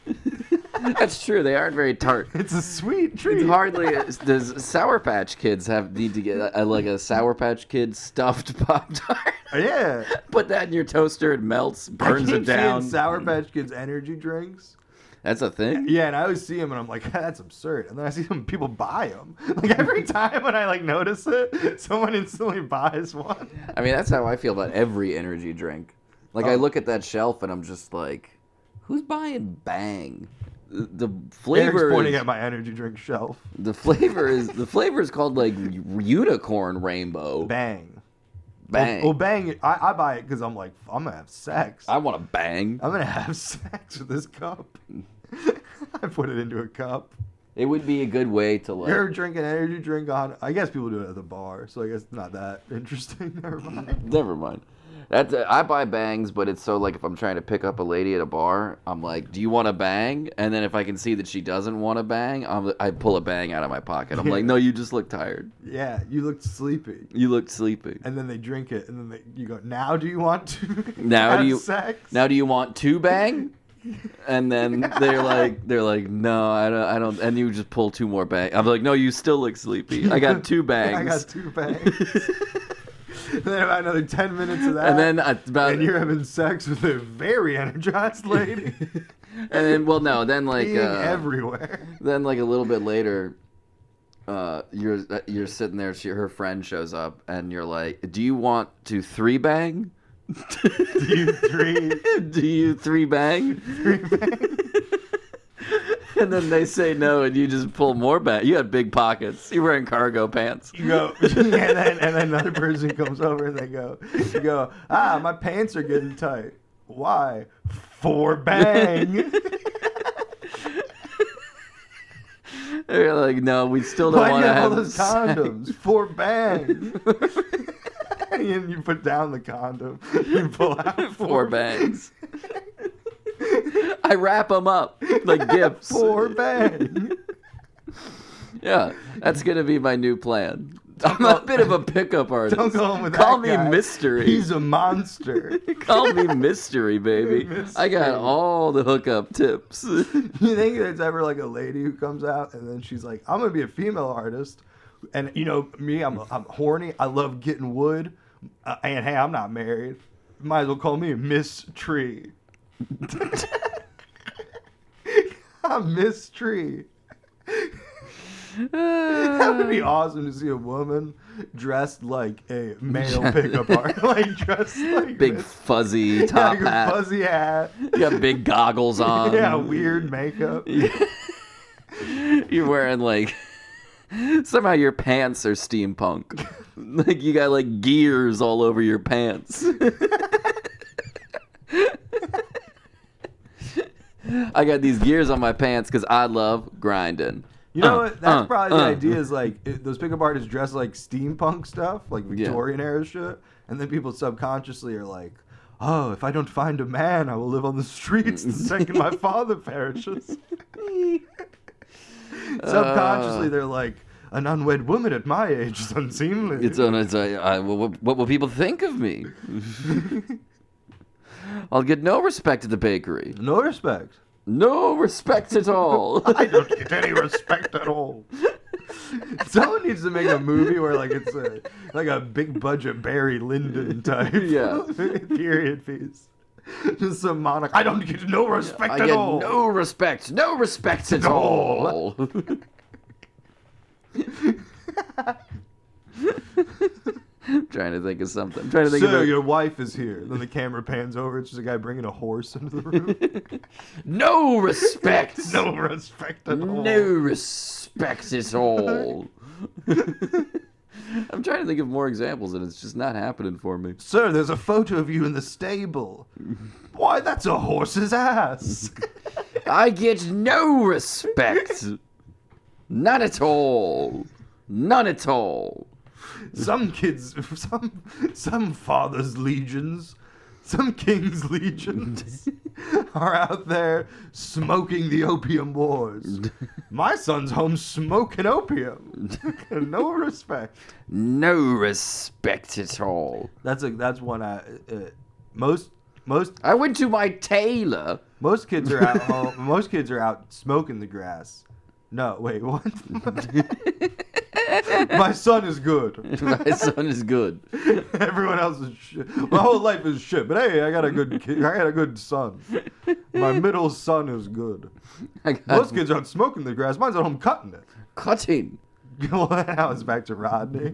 Speaker 2: That's true. They aren't very tart.
Speaker 1: It's a sweet treat.
Speaker 2: It's hardly does Sour Patch Kids have need to get a, a- like a Sour Patch Kid stuffed Pop Tart.
Speaker 1: Yeah.
Speaker 2: Put that in your toaster, it melts, burns
Speaker 1: I keep
Speaker 2: it down.
Speaker 1: Seeing Sour Patch Kids energy drinks.
Speaker 2: That's a thing.
Speaker 1: Yeah, and I always see them, and I'm like, that's absurd. And then I see some people buy them. Like every time when I like notice it, someone instantly buys one.
Speaker 2: I mean, that's how I feel about every energy drink. Like I
Speaker 1: Oh.
Speaker 2: look at that shelf and I'm just like, who's buying Bang? The the flavor
Speaker 1: Eric's pointing
Speaker 2: is,
Speaker 1: at my energy drink shelf.
Speaker 2: the flavor is the flavor is called like unicorn rainbow.
Speaker 1: Bang.
Speaker 2: Bang.
Speaker 1: Well, bang. I, I buy it because I'm like, I'm gonna have sex.
Speaker 2: I want to bang.
Speaker 1: I'm gonna have sex with this cup. I put it into a cup.
Speaker 2: It would be a good way to like.
Speaker 1: You ever drink an energy drink on? I guess people do it at the bar, so I guess it's not that interesting. Never mind.
Speaker 2: Never mind. That's uh, I buy bangs, but it's so like if I'm trying to pick up a lady at a bar, I'm like, "Do you want a bang?" And then if I can see that she doesn't want a bang, I'm, I pull a bang out of my pocket. I'm like, "No, you just look tired.
Speaker 1: Yeah, you looked sleepy,
Speaker 2: You looked sleepy.
Speaker 1: and then they drink it, and then they, you go, "Now do you want to
Speaker 2: Now do
Speaker 1: have
Speaker 2: you-
Speaker 1: sex?"
Speaker 2: Now, do you want two bang?" And then they're like, "They're like, no, I don't, I don't." And you just pull two more bang. I'm like, "No, you still look sleepy. I got two bangs."
Speaker 1: I got two bangs. and then about another ten minutes of that,
Speaker 2: and then uh, about
Speaker 1: and you're having sex with a very energized lady,
Speaker 2: and then well no then like
Speaker 1: being
Speaker 2: uh,
Speaker 1: everywhere.
Speaker 2: then like a little bit later uh you're uh, you're sitting there she, her friend shows up and you're like do you want to three bang do
Speaker 1: you three-
Speaker 2: do you three bang
Speaker 1: Three bang.
Speaker 2: and then they say no and you just pull more bang you had big pockets you're wearing cargo pants
Speaker 1: You go, and then and then another person comes over and they go, you go, ah, my pants are getting tight. Why? For bang.
Speaker 2: they're like no we still don't
Speaker 1: Why do
Speaker 2: want
Speaker 1: you
Speaker 2: to
Speaker 1: have
Speaker 2: have
Speaker 1: all those
Speaker 2: sex."
Speaker 1: condoms? For bang. and you put down the condom. You pull out four,
Speaker 2: four bangs i wrap them up like gifts
Speaker 1: Four bang.
Speaker 2: Yeah, that's gonna be my new plan. I'm a bit of a pickup artist.
Speaker 1: Don't go home with
Speaker 2: Call
Speaker 1: that
Speaker 2: me
Speaker 1: guy.
Speaker 2: mystery.
Speaker 1: He's a monster.
Speaker 2: Call me mystery, baby. I
Speaker 1: Mystery.
Speaker 2: got all the hookup tips.
Speaker 1: You think there's ever like a lady who comes out and then she's like, I'm gonna be a female artist, and you know me, I'm I'm horny. I love getting wood, uh, and hey, I'm not married. Might as well call me Miss Tree. I'm Miss Tree. That would be
Speaker 2: Uh.
Speaker 1: awesome to see a woman dressed like a male pickup artist, like dressed like
Speaker 2: big
Speaker 1: Miss-
Speaker 2: fuzzy
Speaker 1: yeah,
Speaker 2: top
Speaker 1: like a
Speaker 2: hat. Um,
Speaker 1: fuzzy hat.
Speaker 2: You got big goggles on.
Speaker 1: yeah, weird makeup.
Speaker 2: You're wearing like somehow your pants are steampunk. Like you got like gears all over your pants. I got these gears on my pants because I love grinding.
Speaker 1: You know
Speaker 2: Uh,
Speaker 1: what? That's
Speaker 2: uh,
Speaker 1: probably the
Speaker 2: uh.
Speaker 1: idea is like it, those pickup artists dress like steampunk stuff, like Victorian era shit, and then people subconsciously are like, "Oh, if I don't find a man, I will live on the streets the second my father perishes." subconsciously,
Speaker 2: Uh.
Speaker 1: they're like, "An unwed woman at my age is unseemly."
Speaker 2: It's on. It's uh, I, what, what will people think of me? I'll get no respect at the bakery.
Speaker 1: no respect.
Speaker 2: No respect at all.
Speaker 1: I don't get any respect at all. Someone needs to make a movie where like it's a, like a big budget Barry Lyndon type
Speaker 2: Yeah.
Speaker 1: period piece. Just some monarch. I don't get no respect
Speaker 2: I
Speaker 1: at
Speaker 2: get
Speaker 1: all.
Speaker 2: no respect. No respect at
Speaker 1: At
Speaker 2: all.
Speaker 1: all.
Speaker 2: I'm trying to think of something. I'm trying to think
Speaker 1: so
Speaker 2: of
Speaker 1: your wife is here. Then the camera pans over. It's just a guy bringing a horse into the room.
Speaker 2: no respect.
Speaker 1: no respect at all.
Speaker 2: No respect at all. I'm trying to think of more examples, and it's just not happening for me.
Speaker 1: Sir, there's a photo of you in the stable. Why, that's a horse's ass.
Speaker 2: I get no respect. Not at all. None at all.
Speaker 1: some kids, some some fathers' legions, some kings' legions are out there smoking the opium wars. My son's home smoking opium. no respect.
Speaker 2: No respect at all.
Speaker 1: That's a that's one I uh, most Most
Speaker 2: I went to my tailor.
Speaker 1: most kids are out home. Most kids are out smoking the grass. No, wait, what? My son is good.
Speaker 2: my son is good.
Speaker 1: Everyone else is shit. My whole life is shit. But hey, I got a good kid. I got a good son. My middle son is good.
Speaker 2: I got
Speaker 1: Most kids aren't smoking the grass. Mine's at home cutting it.
Speaker 2: cutting.
Speaker 1: well, now it's back to Rodney.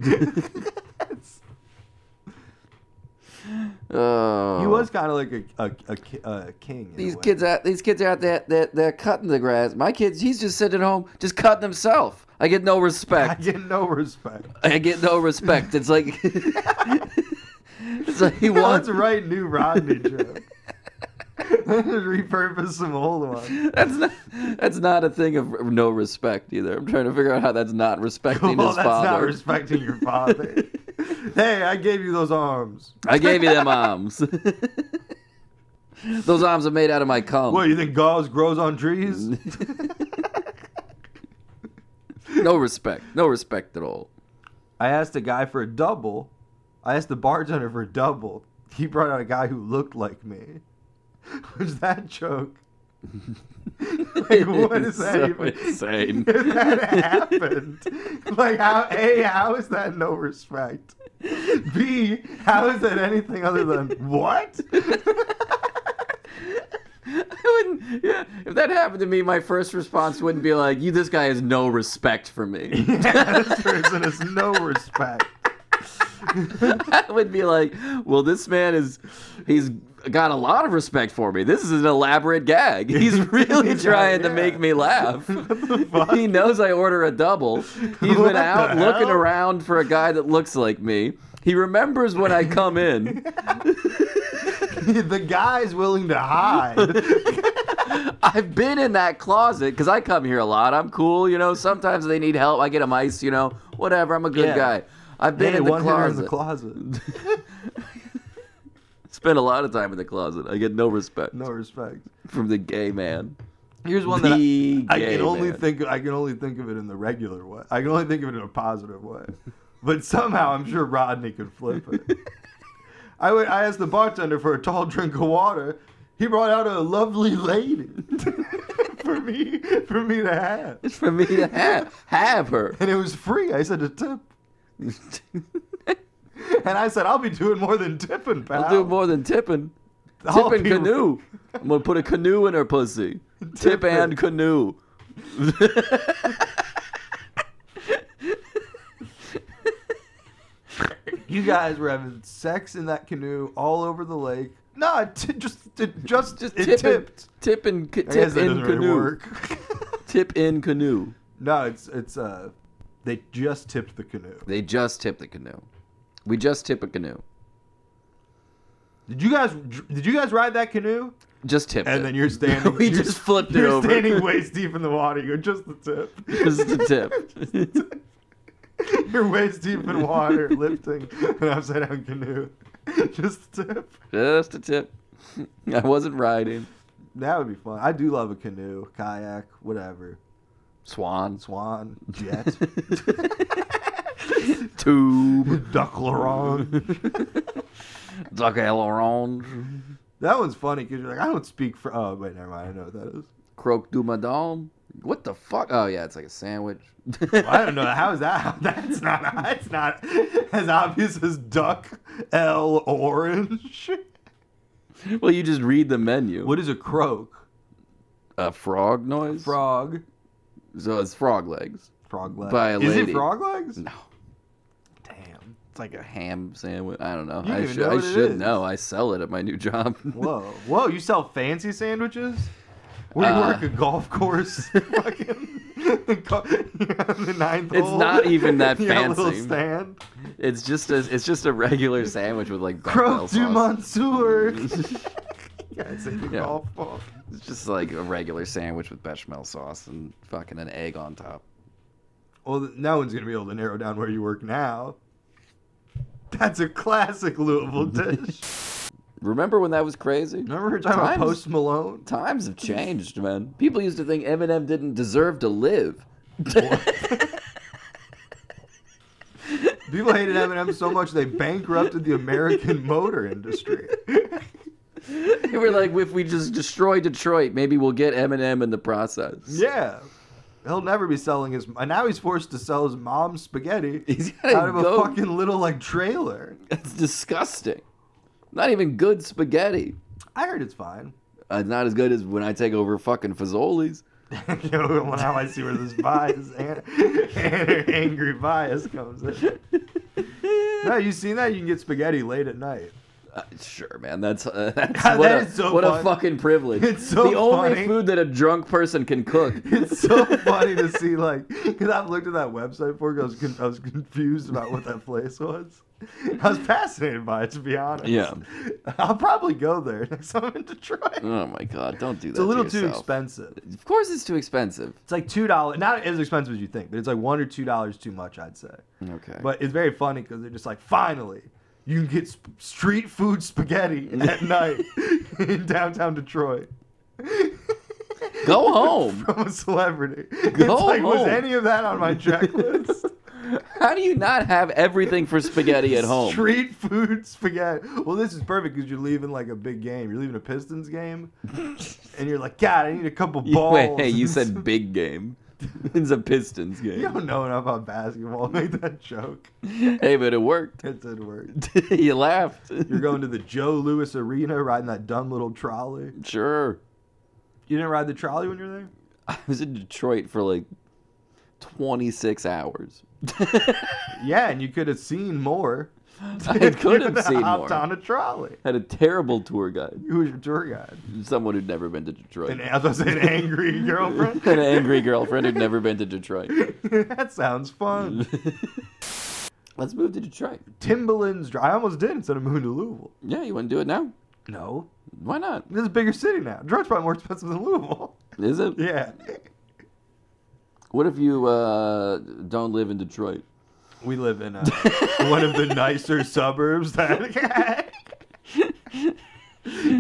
Speaker 2: Oh.
Speaker 1: he was kind of like a, a, a, ki- a king. in a
Speaker 2: These
Speaker 1: way.
Speaker 2: kids out. These kids out there. They're, they're cutting the grass. My kids. He's just sitting home, just cutting himself. I get no
Speaker 1: I
Speaker 2: respect.
Speaker 1: get no respect.
Speaker 2: I get no respect. It's like. it's like he
Speaker 1: Let's
Speaker 2: wants.
Speaker 1: write new Rodney joke. Let's repurpose some old ones.
Speaker 2: That's not. That's not a thing of no respect either. I'm trying to figure out how that's not respecting
Speaker 1: well,
Speaker 2: his
Speaker 1: that's not
Speaker 2: father.
Speaker 1: respecting your father. hey, I gave you those arms.
Speaker 2: I gave you them arms. Those arms are made out of my cum.
Speaker 1: What, you think gauze grows on trees?
Speaker 2: No respect. No respect at all.
Speaker 1: I asked a guy for a double. I asked the bartender for a double. He brought out a guy who looked like me. Was that joke? like, what is that
Speaker 2: So
Speaker 1: even?
Speaker 2: insane.
Speaker 1: If that happened, like, how a how is that no respect? B how is that anything other than what?
Speaker 2: I wouldn't. Yeah, if that happened to me, my first response wouldn't be like, "You, this guy has no respect for me."
Speaker 1: yeah, this person has no respect.
Speaker 2: I would be like, "Well, this man is, he's got a lot of respect for me. This is an elaborate gag. He's really
Speaker 1: He's
Speaker 2: trying
Speaker 1: like,
Speaker 2: to make
Speaker 1: yeah.
Speaker 2: me laugh.
Speaker 1: the fuck?
Speaker 2: he knows I order a double. He's
Speaker 1: What
Speaker 2: been
Speaker 1: the
Speaker 2: out looking
Speaker 1: hell?
Speaker 2: around for a guy that looks like me. He remembers when I come in.
Speaker 1: the guy's willing to hide.
Speaker 2: I've been in that closet because I come here a lot. I'm cool, you know. Sometimes they need help. I get them ice, you know. Whatever. I'm a good
Speaker 1: Yeah.
Speaker 2: guy. I've been
Speaker 1: hey,
Speaker 2: in the
Speaker 1: one hitter in the
Speaker 2: closet.
Speaker 1: closet.
Speaker 2: Spent a lot of time in the closet. I get no respect
Speaker 1: No respect.
Speaker 2: from the gay man.
Speaker 1: Here's one that I,
Speaker 2: The
Speaker 1: I
Speaker 2: gay
Speaker 1: can only
Speaker 2: man.
Speaker 1: think I can only think of it in the regular way. I can only think of it in a positive way. But somehow I'm sure Rodney could flip it. I went, I asked the bartender for a tall drink of water. He brought out a lovely lady for me for me to have.
Speaker 2: It's for me to have have her.
Speaker 1: And it was free. I said a tip. And I said, I'll be doing more than tipping, pal.
Speaker 2: I'll do more than tipping.
Speaker 1: I'll
Speaker 2: Tipping
Speaker 1: be-
Speaker 2: canoe. I'm gonna put a canoe in her pussy. Tip
Speaker 1: Tippin'.
Speaker 2: and canoe.
Speaker 1: You guys were having sex in that canoe all over the lake. No, it t- just it just
Speaker 2: Just
Speaker 1: it
Speaker 2: tip and-
Speaker 1: tipped.
Speaker 2: Tip and ca-
Speaker 1: I guess
Speaker 2: tip
Speaker 1: that
Speaker 2: in
Speaker 1: doesn't really
Speaker 2: canoe.
Speaker 1: work.
Speaker 2: Tip in canoe.
Speaker 1: No, it's it's uh, they just tipped the canoe.
Speaker 2: They just tip the canoe. We just tip a canoe.
Speaker 1: Did you guys did you guys ride that canoe?
Speaker 2: Just tip.
Speaker 1: And then you're standing.
Speaker 2: we
Speaker 1: you're-
Speaker 2: just flipped it
Speaker 1: You're
Speaker 2: over.
Speaker 1: standing waist deep in the water. You're just the tip.
Speaker 2: just the tip.
Speaker 1: You're waist deep in water, lifting an upside down canoe. Just the tip.
Speaker 2: just a tip. I wasn't riding.
Speaker 1: That would be fun. I do love a canoe, kayak, whatever,
Speaker 2: Swans.
Speaker 1: swan, jet,
Speaker 2: Tube.
Speaker 1: duckleron.
Speaker 2: Duck aileron.
Speaker 1: That one's funny because you're like, I don't speak for. Oh wait, never mind. I know what that is.
Speaker 2: Croque du madame. What the fuck? Oh yeah, it's like a sandwich.
Speaker 1: I don't know. How is that? That's not. That's not as obvious as duck L orange.
Speaker 2: well, you just read the menu.
Speaker 1: What is a croak?
Speaker 2: A frog noise.
Speaker 1: Frog.
Speaker 2: So it's frog legs.
Speaker 1: Frog legs.
Speaker 2: By a
Speaker 1: is
Speaker 2: lady.
Speaker 1: it frog legs?
Speaker 2: No,
Speaker 1: Damn.
Speaker 2: it's like a ham sandwich. I don't know.
Speaker 1: You
Speaker 2: I,
Speaker 1: even
Speaker 2: should.
Speaker 1: know
Speaker 2: I
Speaker 1: what it
Speaker 2: should
Speaker 1: is.
Speaker 2: know. I sell it at my new job.
Speaker 1: Whoa. Whoa. You sell fancy sandwiches? Where do you
Speaker 2: Uh,
Speaker 1: work a golf course? Fucking. The, co- the ninth
Speaker 2: It's
Speaker 1: hole.
Speaker 2: not even that
Speaker 1: You got a
Speaker 2: fancy.
Speaker 1: Little stand.
Speaker 2: It's just a. It's just a regular sandwich with like bechamel
Speaker 1: Croak du
Speaker 2: sauce.
Speaker 1: Monsieur. yeah, it's in the
Speaker 2: Yeah.
Speaker 1: golf ball.
Speaker 2: It's just like a regular sandwich with bechamel sauce and fucking an egg on top.
Speaker 1: Well, th- no one's gonna be able to narrow down where you work now. That's a classic Louisville dish.
Speaker 2: Remember when that was crazy?
Speaker 1: Remember her talking about
Speaker 2: Times-
Speaker 1: Post Malone?
Speaker 2: Times have changed, man. People used to think Eminem didn't deserve to live.
Speaker 1: People hated Eminem so much they bankrupted the American motor industry.
Speaker 2: We're like, if we just destroy Detroit, maybe we'll get Eminem in the process.
Speaker 1: Yeah. He'll never be selling his. And now he's forced to sell his mom's spaghetti
Speaker 2: He's gotta
Speaker 1: out of a
Speaker 2: go.
Speaker 1: fucking little like trailer.
Speaker 2: That's disgusting. Not even good spaghetti.
Speaker 1: I heard it's fine.
Speaker 2: Uh, not as good as when I take over fucking Fazoli's.
Speaker 1: Yo, well, now I see where this bias and, and angry bias comes in. No, you seen that? You can get spaghetti late at night.
Speaker 2: Uh, sure, man. That's, uh, that's
Speaker 1: God,
Speaker 2: what,
Speaker 1: that
Speaker 2: a,
Speaker 1: is so
Speaker 2: what a
Speaker 1: fun.
Speaker 2: fucking privilege.
Speaker 1: It's so
Speaker 2: the only
Speaker 1: funny.
Speaker 2: food that a drunk person can cook.
Speaker 1: It's so funny to see, like, because I've looked at that website before. 'cause I was, con- I was confused about what that place was. I was fascinated by it, to be honest.
Speaker 2: Yeah.
Speaker 1: I'll probably go there next time I'm in Detroit.
Speaker 2: Oh my god! Don't do that.
Speaker 1: it's a little
Speaker 2: to
Speaker 1: too
Speaker 2: yourself.
Speaker 1: expensive.
Speaker 2: Of course, it's too expensive.
Speaker 1: It's like two dollars, not as expensive as you think, but it's like one or two dollars too much, I'd say.
Speaker 2: Okay.
Speaker 1: But it's very funny because they're just like, finally, you can get sp- street food spaghetti at night in downtown Detroit.
Speaker 2: Go home.
Speaker 1: From a celebrity.
Speaker 2: Go
Speaker 1: it's like, was
Speaker 2: home.
Speaker 1: any of that on my checklist?
Speaker 2: How do you not have everything for spaghetti at home?
Speaker 1: Street food spaghetti. Well, this is perfect because you're leaving like a big game. You're leaving a Pistons game, and you're like, God, I need a couple
Speaker 2: You-
Speaker 1: balls.
Speaker 2: Wait, hey, you
Speaker 1: and
Speaker 2: said big game. It's a Pistons
Speaker 1: You
Speaker 2: game.
Speaker 1: don't know enough about basketball to make that joke.
Speaker 2: Hey, but it worked.
Speaker 1: It did work.
Speaker 2: you laughed.
Speaker 1: You're going to the Joe Lewis Arena riding that dumb little trolley.
Speaker 2: Sure.
Speaker 1: You didn't ride the trolley when you were there?
Speaker 2: I was in Detroit for like 26 hours.
Speaker 1: Yeah, and you could have seen more.
Speaker 2: I
Speaker 1: if you
Speaker 2: could have
Speaker 1: had
Speaker 2: seen
Speaker 1: hopped
Speaker 2: more.
Speaker 1: on a trolley.
Speaker 2: Had a terrible tour guide.
Speaker 1: Who was your tour guide?
Speaker 2: Someone who'd never been to Detroit.
Speaker 1: An, as I was an angry girlfriend.
Speaker 2: An angry girlfriend who'd never been to Detroit.
Speaker 1: that sounds fun.
Speaker 2: Let's move to Detroit.
Speaker 1: Timberlands. Dri- I almost did instead of moving to Louisville.
Speaker 2: Yeah, you want to do it now?
Speaker 1: No,
Speaker 2: Why not?
Speaker 1: this is a bigger city now. Detroit's probably more expensive than Louisville.
Speaker 2: Is it?
Speaker 1: Yeah,
Speaker 2: What if you uh, don't live in Detroit?
Speaker 1: we live in uh, one of the nicer suburbs. That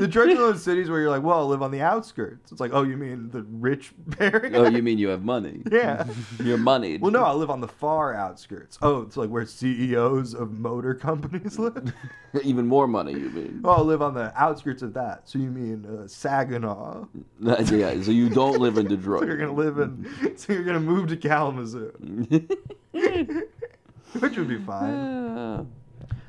Speaker 1: Detroit's one of those cities where you're like, well, I live on the outskirts. It's like, oh, you mean the rich area?
Speaker 2: Oh, you mean you have money?
Speaker 1: yeah.
Speaker 2: You're moneyed.
Speaker 1: Well, no, I live on the far outskirts. Oh, it's like where CEOs of motor companies live.
Speaker 2: Even more money, you mean?
Speaker 1: Oh, I live on the outskirts of that. So you mean uh, Saginaw?
Speaker 2: yeah, so you don't live in
Speaker 1: So you're gonna
Speaker 2: Detroit. Mm-hmm.
Speaker 1: live in. So you're gonna move to Kalamazoo,
Speaker 2: Mm-hmm.
Speaker 1: which would be fine,
Speaker 2: Uh,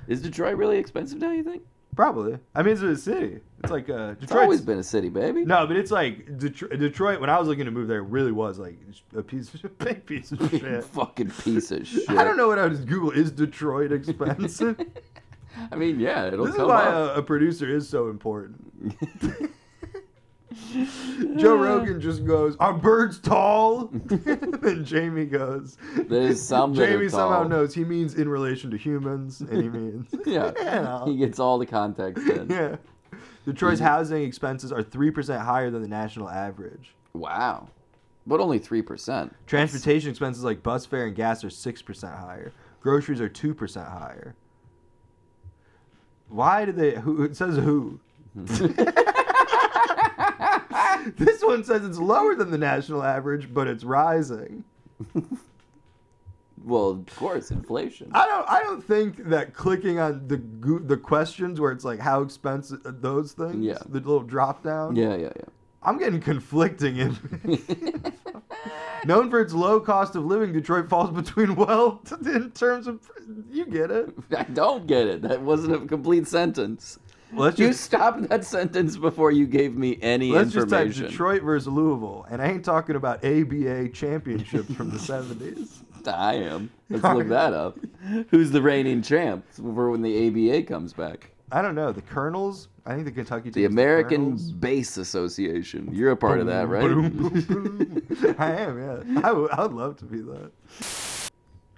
Speaker 2: is Detroit really expensive now, you think?
Speaker 1: probably. I mean, it's a city. It's like uh,
Speaker 2: It's always
Speaker 1: Detroit.
Speaker 2: been a city, baby.
Speaker 1: No, but it's like Detroit. Detroit. When I was looking to move there, it really was like a piece of big piece of shit.
Speaker 2: Fucking piece of shit.
Speaker 1: I don't know what I just Google. Is Detroit expensive?
Speaker 2: I mean, yeah, it'll
Speaker 1: this is
Speaker 2: come
Speaker 1: why
Speaker 2: up.
Speaker 1: a, a producer is so important. Joe Rogan just goes, "Are birds tall?" then Jamie goes,
Speaker 2: There's some that are
Speaker 1: Jamie somehow
Speaker 2: tall.
Speaker 1: knows he means in relation to humans, and he means
Speaker 2: yeah,
Speaker 1: you know.
Speaker 2: he gets all the context in.
Speaker 1: yeah. Detroit's housing expenses are three percent higher than the national average.
Speaker 2: Wow, but only three percent.
Speaker 1: Transportation expenses like bus fare and gas are six percent higher. Groceries are two percent higher. Why do they? Who it says who? this one says it's lower than the national average, but it's rising.
Speaker 2: Well, of course, inflation.
Speaker 1: I don't. I don't think that clicking on the goo- the questions where it's like how expensive those things.
Speaker 2: Yeah.
Speaker 1: The little drop down.
Speaker 2: yeah, yeah,
Speaker 1: I'm getting conflicting in.
Speaker 2: yeah.
Speaker 1: Known for its low cost of living, Detroit falls between well in terms of you get it.
Speaker 2: I don't get it. That wasn't a complete sentence.
Speaker 1: Well, Let's
Speaker 2: You
Speaker 1: just,
Speaker 2: stopped that sentence before you gave me any
Speaker 1: let's just type
Speaker 2: information.
Speaker 1: Detroit versus Louisville, and I ain't talking about ABA championships from the seventies.
Speaker 2: I am. Let's look that up. Who's the reigning champ for when the ABA comes back?
Speaker 1: I don't know the Colonels. I think the Kentucky team.
Speaker 2: The American Base Association. You're a part of that, right?
Speaker 1: I am. Yeah, I would- I would love to be that.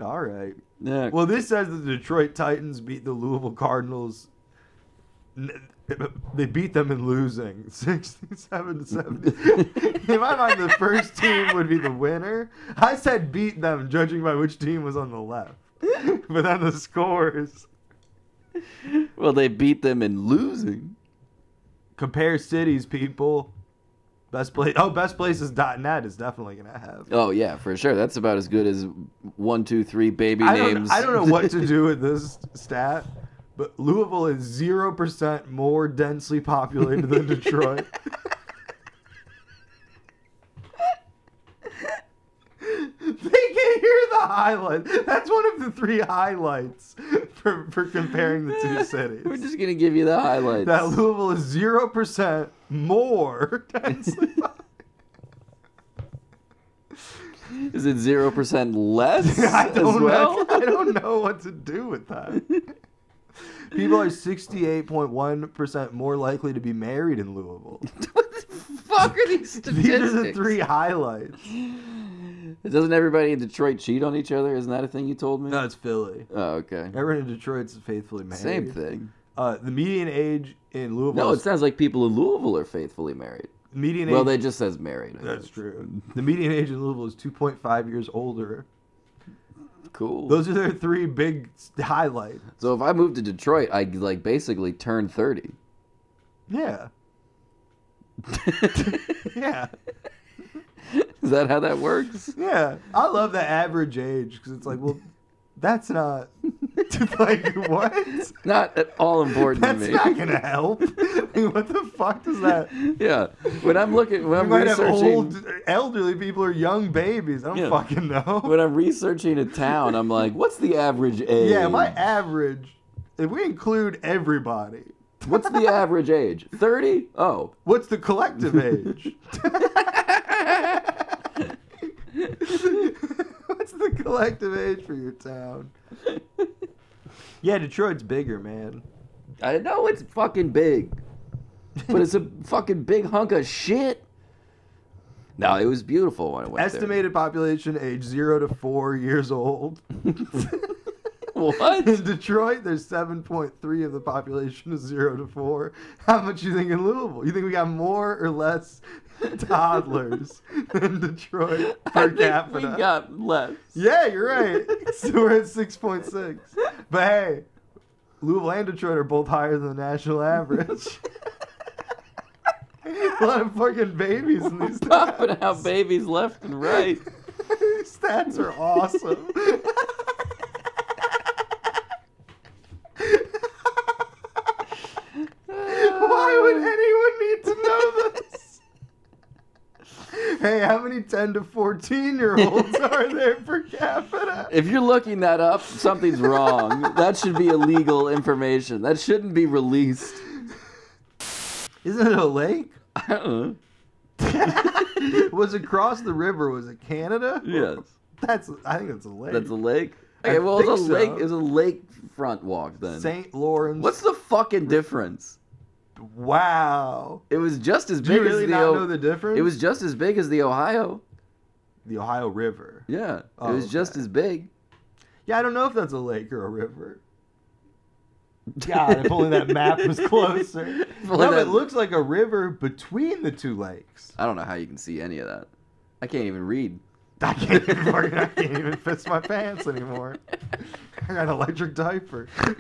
Speaker 1: All right.
Speaker 2: Yeah.
Speaker 1: Well, this says that the Detroit Titans beat the Louisville Cardinals. N- They beat them in losing 67 to 70. In my mind, the first team would be the winner. I said beat them, judging by which team was on the left. But then the scores
Speaker 2: Well, they beat them in losing.
Speaker 1: compare cities, people. Best place. Oh, bestplaces.net is definitely going to have.
Speaker 2: Oh yeah, for sure. That's about as good as one, two, three baby
Speaker 1: I don't,
Speaker 2: names.
Speaker 1: I don't know what to do with this stat, but but Louisville is zero percent more densely populated than Detroit. they can hear the highlight. That's one of the three highlights for, for comparing the two cities.
Speaker 2: We're just gonna give you the highlights.
Speaker 1: that Louisville is zero percent more densely populated.
Speaker 2: Is it zero percent less
Speaker 1: I
Speaker 2: as
Speaker 1: don't
Speaker 2: well?
Speaker 1: know. I don't know what to do with that. People are 68.1% more likely to be married in Louisville.
Speaker 2: what the fuck are these statistics?
Speaker 1: These are the three highlights.
Speaker 2: Doesn't everybody in Detroit cheat on each other? Isn't that a thing you told me?
Speaker 1: it's Philly.
Speaker 2: Oh, okay.
Speaker 1: Everyone in Detroit's faithfully married.
Speaker 2: Same thing.
Speaker 1: Uh, the median age in Louisville.
Speaker 2: No, it
Speaker 1: is-
Speaker 2: sounds like people in Louisville are faithfully married.
Speaker 1: median
Speaker 2: Well,
Speaker 1: age.
Speaker 2: that just says married. I
Speaker 1: that's
Speaker 2: guess.
Speaker 1: true. The median age in Louisville is 2.5 years older.
Speaker 2: Cool.
Speaker 1: Those are their three big s- highlights.
Speaker 2: so if I moved to Detroit, I would like basically turn thirty.
Speaker 1: Yeah. Yeah.
Speaker 2: Is that how that works?
Speaker 1: Yeah, I love the average age because it's like, well, that's not like what?
Speaker 2: Not at all important
Speaker 1: That's
Speaker 2: to me.
Speaker 1: not gonna help. Like, what the fuck does that?
Speaker 2: yeah. When I'm looking, when
Speaker 1: You
Speaker 2: I'm
Speaker 1: might have
Speaker 2: researching,
Speaker 1: old, elderly people or young babies. I don't
Speaker 2: Yeah.
Speaker 1: fucking know.
Speaker 2: when I'm researching a town, I'm like, what's the average age?
Speaker 1: Yeah, my average. If we include everybody,
Speaker 2: What's the average age? Thirty? Oh.
Speaker 1: what's the collective age? what's the collective age for your town? Yeah, Detroit's bigger, man.
Speaker 2: I know it's fucking big, but it's a fucking big hunk of shit. No, it was beautiful when it went
Speaker 1: Estimated population age zero to four years old.
Speaker 2: there. What?
Speaker 1: In Detroit, there's 7.3 of the population is zero to four. How much you think in Louisville? You think we got more or less toddlers than Detroit
Speaker 2: I
Speaker 1: per
Speaker 2: think
Speaker 1: capita?
Speaker 2: We got less.
Speaker 1: yeah, you're right. so we're at 6.6. But hey, Louisville and Detroit are both higher than the national average. A lot of fucking babies in these
Speaker 2: Popping
Speaker 1: towns.
Speaker 2: out babies left and right.
Speaker 1: These stats are awesome. Why would anyone need to know this? Hey, how many 10 to 14 year olds are there per capita?
Speaker 2: If you're looking that up, something's wrong. that should be illegal information. That shouldn't be released.
Speaker 1: Isn't it a lake?
Speaker 2: I don't know.
Speaker 1: was it across the river? Was it Canada?
Speaker 2: Yes.
Speaker 1: That's I think it's a lake.
Speaker 2: That's a lake.
Speaker 1: I
Speaker 2: Okay, well, it's a
Speaker 1: think so.
Speaker 2: lake. It's a lake front walk then.
Speaker 1: St. Lawrence.
Speaker 2: What's the fucking difference?
Speaker 1: Wow.
Speaker 2: It was just as
Speaker 1: Do
Speaker 2: big
Speaker 1: you really
Speaker 2: as the,
Speaker 1: not
Speaker 2: O-
Speaker 1: know the difference?
Speaker 2: It was just as big as the Ohio.
Speaker 1: the Ohio River.
Speaker 2: Yeah.
Speaker 1: Oh,
Speaker 2: it was just
Speaker 1: okay.
Speaker 2: as big.
Speaker 1: Yeah, I don't know if that's a lake or a river. God, if only that map was closer.
Speaker 2: If only
Speaker 1: No, it
Speaker 2: that-
Speaker 1: looks like a river between the two lakes.
Speaker 2: I don't know how you can see any of that. I can't even read.
Speaker 1: I can't even, fucking- I can't even fist my pants anymore. I got an electric diaper. no,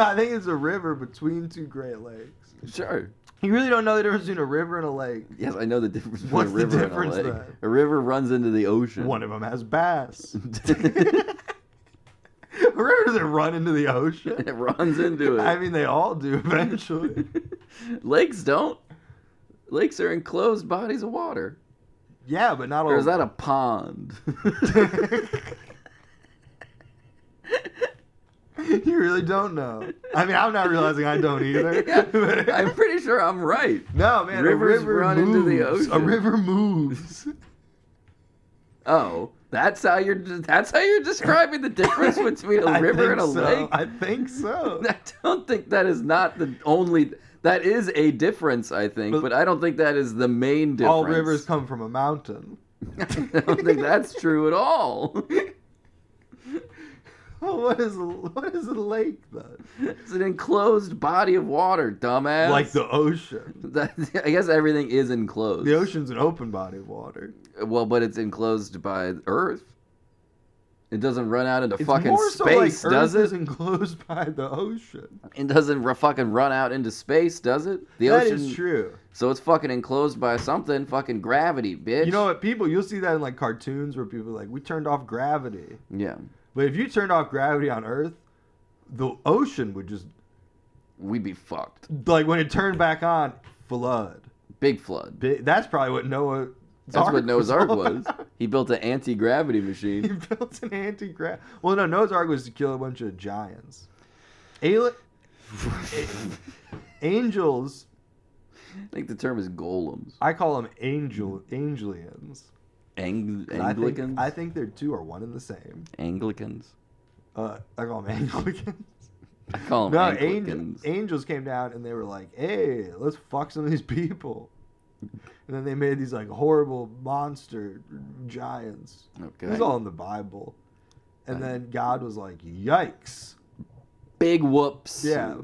Speaker 1: I think it's a river between two Great Lakes.
Speaker 2: sure.
Speaker 1: You really don't know the difference between a river and a lake.
Speaker 2: Yes, I know the difference between
Speaker 1: What's
Speaker 2: a
Speaker 1: the
Speaker 2: river
Speaker 1: difference,
Speaker 2: and a lake.
Speaker 1: then?
Speaker 2: A river runs into the ocean.
Speaker 1: One of them has bass.
Speaker 2: it
Speaker 1: a river doesn't run into the ocean.
Speaker 2: runs into it.
Speaker 1: I mean, they all do eventually.
Speaker 2: Lakes don't. Lakes are enclosed bodies of water.
Speaker 1: Yeah, but not all.
Speaker 2: Or is that a pond?
Speaker 1: you really don't know. I mean, I'm not realizing I don't either.
Speaker 2: Yeah, I'm pretty sure I'm right.
Speaker 1: no, man, a
Speaker 2: Rivers
Speaker 1: river
Speaker 2: run
Speaker 1: moves.
Speaker 2: into the
Speaker 1: A
Speaker 2: ocean.
Speaker 1: river moves.
Speaker 2: Oh, that's how you're that's how you're describing the difference between
Speaker 1: I
Speaker 2: a river
Speaker 1: think
Speaker 2: and a
Speaker 1: so.
Speaker 2: lake.
Speaker 1: I think so.
Speaker 2: I don't think that is not the only. That is a difference, I think, but,
Speaker 1: But-
Speaker 2: I don't think that is the main difference.
Speaker 1: All rivers come from a mountain.
Speaker 2: I don't think that's true at all.
Speaker 1: Oh, what is a, what is a lake then?
Speaker 2: It's an enclosed body of water, dumbass.
Speaker 1: Like the ocean.
Speaker 2: That, I guess everything is enclosed.
Speaker 1: The ocean's an open body of water.
Speaker 2: Well, but it's enclosed by Earth. It doesn't run out into
Speaker 1: It's
Speaker 2: fucking
Speaker 1: more so like
Speaker 2: space, does
Speaker 1: Earth
Speaker 2: it?
Speaker 1: is enclosed by the ocean.
Speaker 2: It doesn't r- fucking run out into space, does it? The
Speaker 1: That is
Speaker 2: ocean.
Speaker 1: true.
Speaker 2: So it's fucking enclosed by something, fucking gravity, bitch.
Speaker 1: You know what? People, you'll see that in like cartoons where people are like, we turned off gravity.
Speaker 2: Yeah.
Speaker 1: But if you turned off gravity on Earth, the ocean would just
Speaker 2: We'd be fucked.
Speaker 1: like when it turned back on, flood.
Speaker 2: Big flood.
Speaker 1: Bi- That's probably what Noah.
Speaker 2: That's what Noah's Ark was.
Speaker 1: about.
Speaker 2: He built an anti gravity
Speaker 1: he
Speaker 2: machine.
Speaker 1: built an anti grav. Well, no, Noah's Ark was to kill a bunch of giants. Ali- angels,
Speaker 2: I think the term is golems.
Speaker 1: I call them angel angelians.
Speaker 2: Ang-
Speaker 1: 'Cause I think-
Speaker 2: Anglicans?
Speaker 1: I think, they're two or one and the same.
Speaker 2: Anglicans?
Speaker 1: Uh, I call them Anglicans.
Speaker 2: I call them
Speaker 1: no, angel,
Speaker 2: Anglicans.
Speaker 1: angels came down and they were like, "Hey, let's fuck some of these people." And then they made these like horrible monster giants. It was
Speaker 2: okay.
Speaker 1: all in the Bible. And then God was like, "Yikes!
Speaker 2: Big whoops.
Speaker 1: Yeah.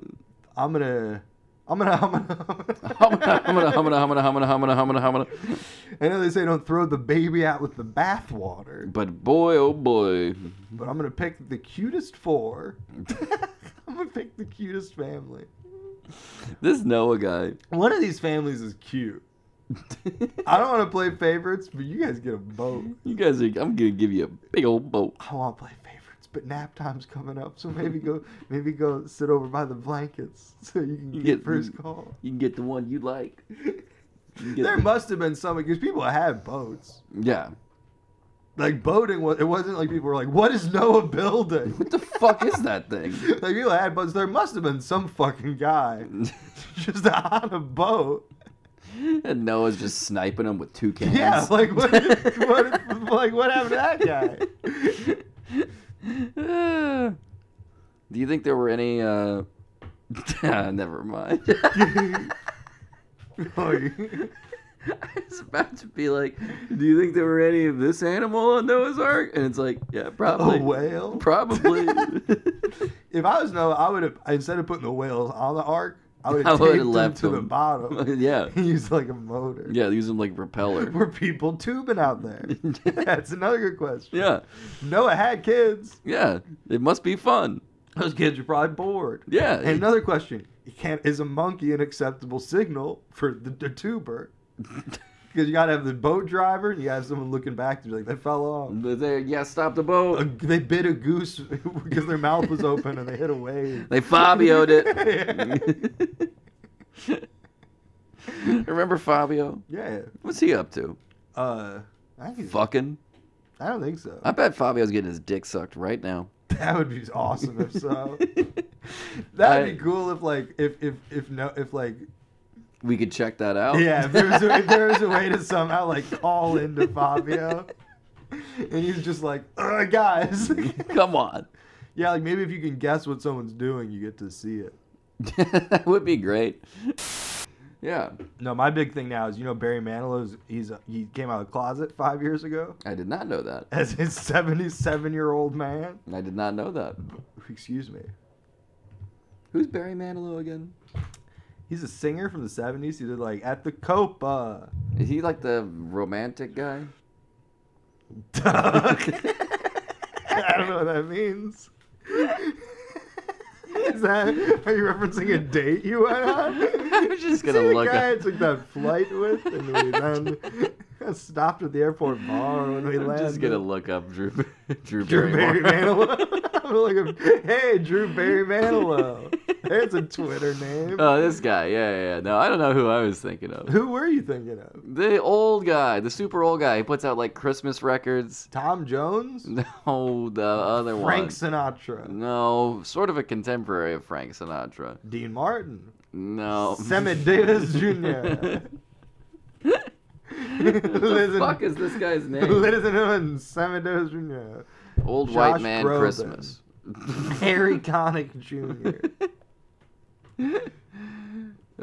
Speaker 1: I'm gonna, I'm gonna, I'm gonna." I'm gonna.
Speaker 2: Humana, humana, humana, humana, humana, humana, humana, humana.
Speaker 1: I know they say don't throw the baby out with the bathwater,
Speaker 2: But boy, oh boy.
Speaker 1: but I'm gonna pick the cutest four. I'm gonna pick the cutest family.
Speaker 2: This Noah guy.
Speaker 1: One of these families is cute. I don't want to play favorites, but you guys get a vote.
Speaker 2: you guys are, I'm going to give you a big old boat.
Speaker 1: I want to play favorites, but nap time's coming up, so maybe go, maybe go sit over by the blankets so you can
Speaker 2: You
Speaker 1: get,
Speaker 2: get-
Speaker 1: first call.
Speaker 2: You can get the one you like. You get
Speaker 1: There
Speaker 2: the-
Speaker 1: must have been some because people had boats.
Speaker 2: yeah.
Speaker 1: Like boating was, it wasn't like people were like, "What is Noah building?"
Speaker 2: What the fuck is that thing?
Speaker 1: like people had boats. There must have been some fucking guy just on a boat.
Speaker 2: And Noah's just sniping him with two cans.
Speaker 1: Yeah, like what? what like what happened to that guy?
Speaker 2: Do you think there were any? uh ah, Never mind.
Speaker 1: Like-
Speaker 2: I was about to be like, "Do you think there were any of this animal on Noah's Ark?" And it's like, "Yeah, probably."
Speaker 1: a whale.
Speaker 2: Probably.
Speaker 1: If I was Noah, I would have instead of putting the whales on the ark, I would
Speaker 2: I
Speaker 1: have
Speaker 2: would've
Speaker 1: taped them
Speaker 2: left
Speaker 1: to the
Speaker 2: them.
Speaker 1: bottom.
Speaker 2: yeah,
Speaker 1: and used like a motor.
Speaker 2: yeah. Use them like propeller.
Speaker 1: Were people tubing out there? That's another good question.
Speaker 2: Yeah,
Speaker 1: Noah had kids.
Speaker 2: yeah. It must be fun.
Speaker 1: Those kids are probably bored.
Speaker 2: Yeah.
Speaker 1: And another question: Can is a monkey an acceptable signal for the, the tuber? Because you gotta have the boat driver, and you gotta have someone looking back to be like, "They fell off."
Speaker 2: But they- yeah, stop the
Speaker 1: A-
Speaker 2: boat.
Speaker 1: they bit a goose because their mouth was open and they hit a wave.
Speaker 2: They Fabio'd
Speaker 1: yeah.
Speaker 2: it. Remember Fabio?
Speaker 1: yeah.
Speaker 2: What's he up to?
Speaker 1: Uh, I, think he's-
Speaker 2: Fucking.
Speaker 1: I don't think so.
Speaker 2: I bet Fabio's getting his dick sucked right now.
Speaker 1: That would be awesome if so. That'd
Speaker 2: I-
Speaker 1: be cool if like if if if no if like
Speaker 2: we could check that out.
Speaker 1: yeah if there was a, if there was a way to somehow like call into Fabio, and he's just like Ugh, guys,
Speaker 2: Come on.
Speaker 1: yeah like maybe if you can guess what someone's doing, you get to see it.
Speaker 2: that would be great. Yeah.
Speaker 1: No, my big thing now is you know Barry Manilow's he's he came out of the closet five years ago
Speaker 2: I did not know that.
Speaker 1: as his seventy seven year old man.
Speaker 2: I did not know that.
Speaker 1: Excuse me.
Speaker 2: Who's Barry Manilow again?
Speaker 1: He's a singer from the seventies. He did like at the Copa.
Speaker 2: Is he like the romantic guy?
Speaker 1: I don't know what that means. Is that are you referencing a date you went on?
Speaker 2: I was just gonna
Speaker 1: See the
Speaker 2: look
Speaker 1: guy
Speaker 2: up-
Speaker 1: I took that flight with, and we then stopped at the airport bar Oh, when we
Speaker 2: I'm
Speaker 1: landed.
Speaker 2: just gonna look up Drew Drew,
Speaker 1: Drew Barry
Speaker 2: Barrymore.
Speaker 1: Manilow. I'm like, hey, Drew Barry Manilow. There's a Twitter name.
Speaker 2: oh, this guy. Yeah, yeah, yeah. No, I don't know who I was thinking of.
Speaker 1: Who were you thinking of?
Speaker 2: The old guy, the super old guy. He puts out like Christmas records.
Speaker 1: Tom Jones?
Speaker 2: No, the other
Speaker 1: Frank
Speaker 2: one.
Speaker 1: Sinatra.
Speaker 2: No, sort of a contemporary of Frank Sinatra.
Speaker 1: Dean Martin.
Speaker 2: No.
Speaker 1: Sammy Davis Jr.
Speaker 2: what the fuck is this guy's name?
Speaker 1: Ladies and gentlemen, Sammy Davis Jr.
Speaker 2: Old
Speaker 1: Josh
Speaker 2: white man
Speaker 1: Groban.
Speaker 2: Christmas.
Speaker 1: Harry Connick Jr.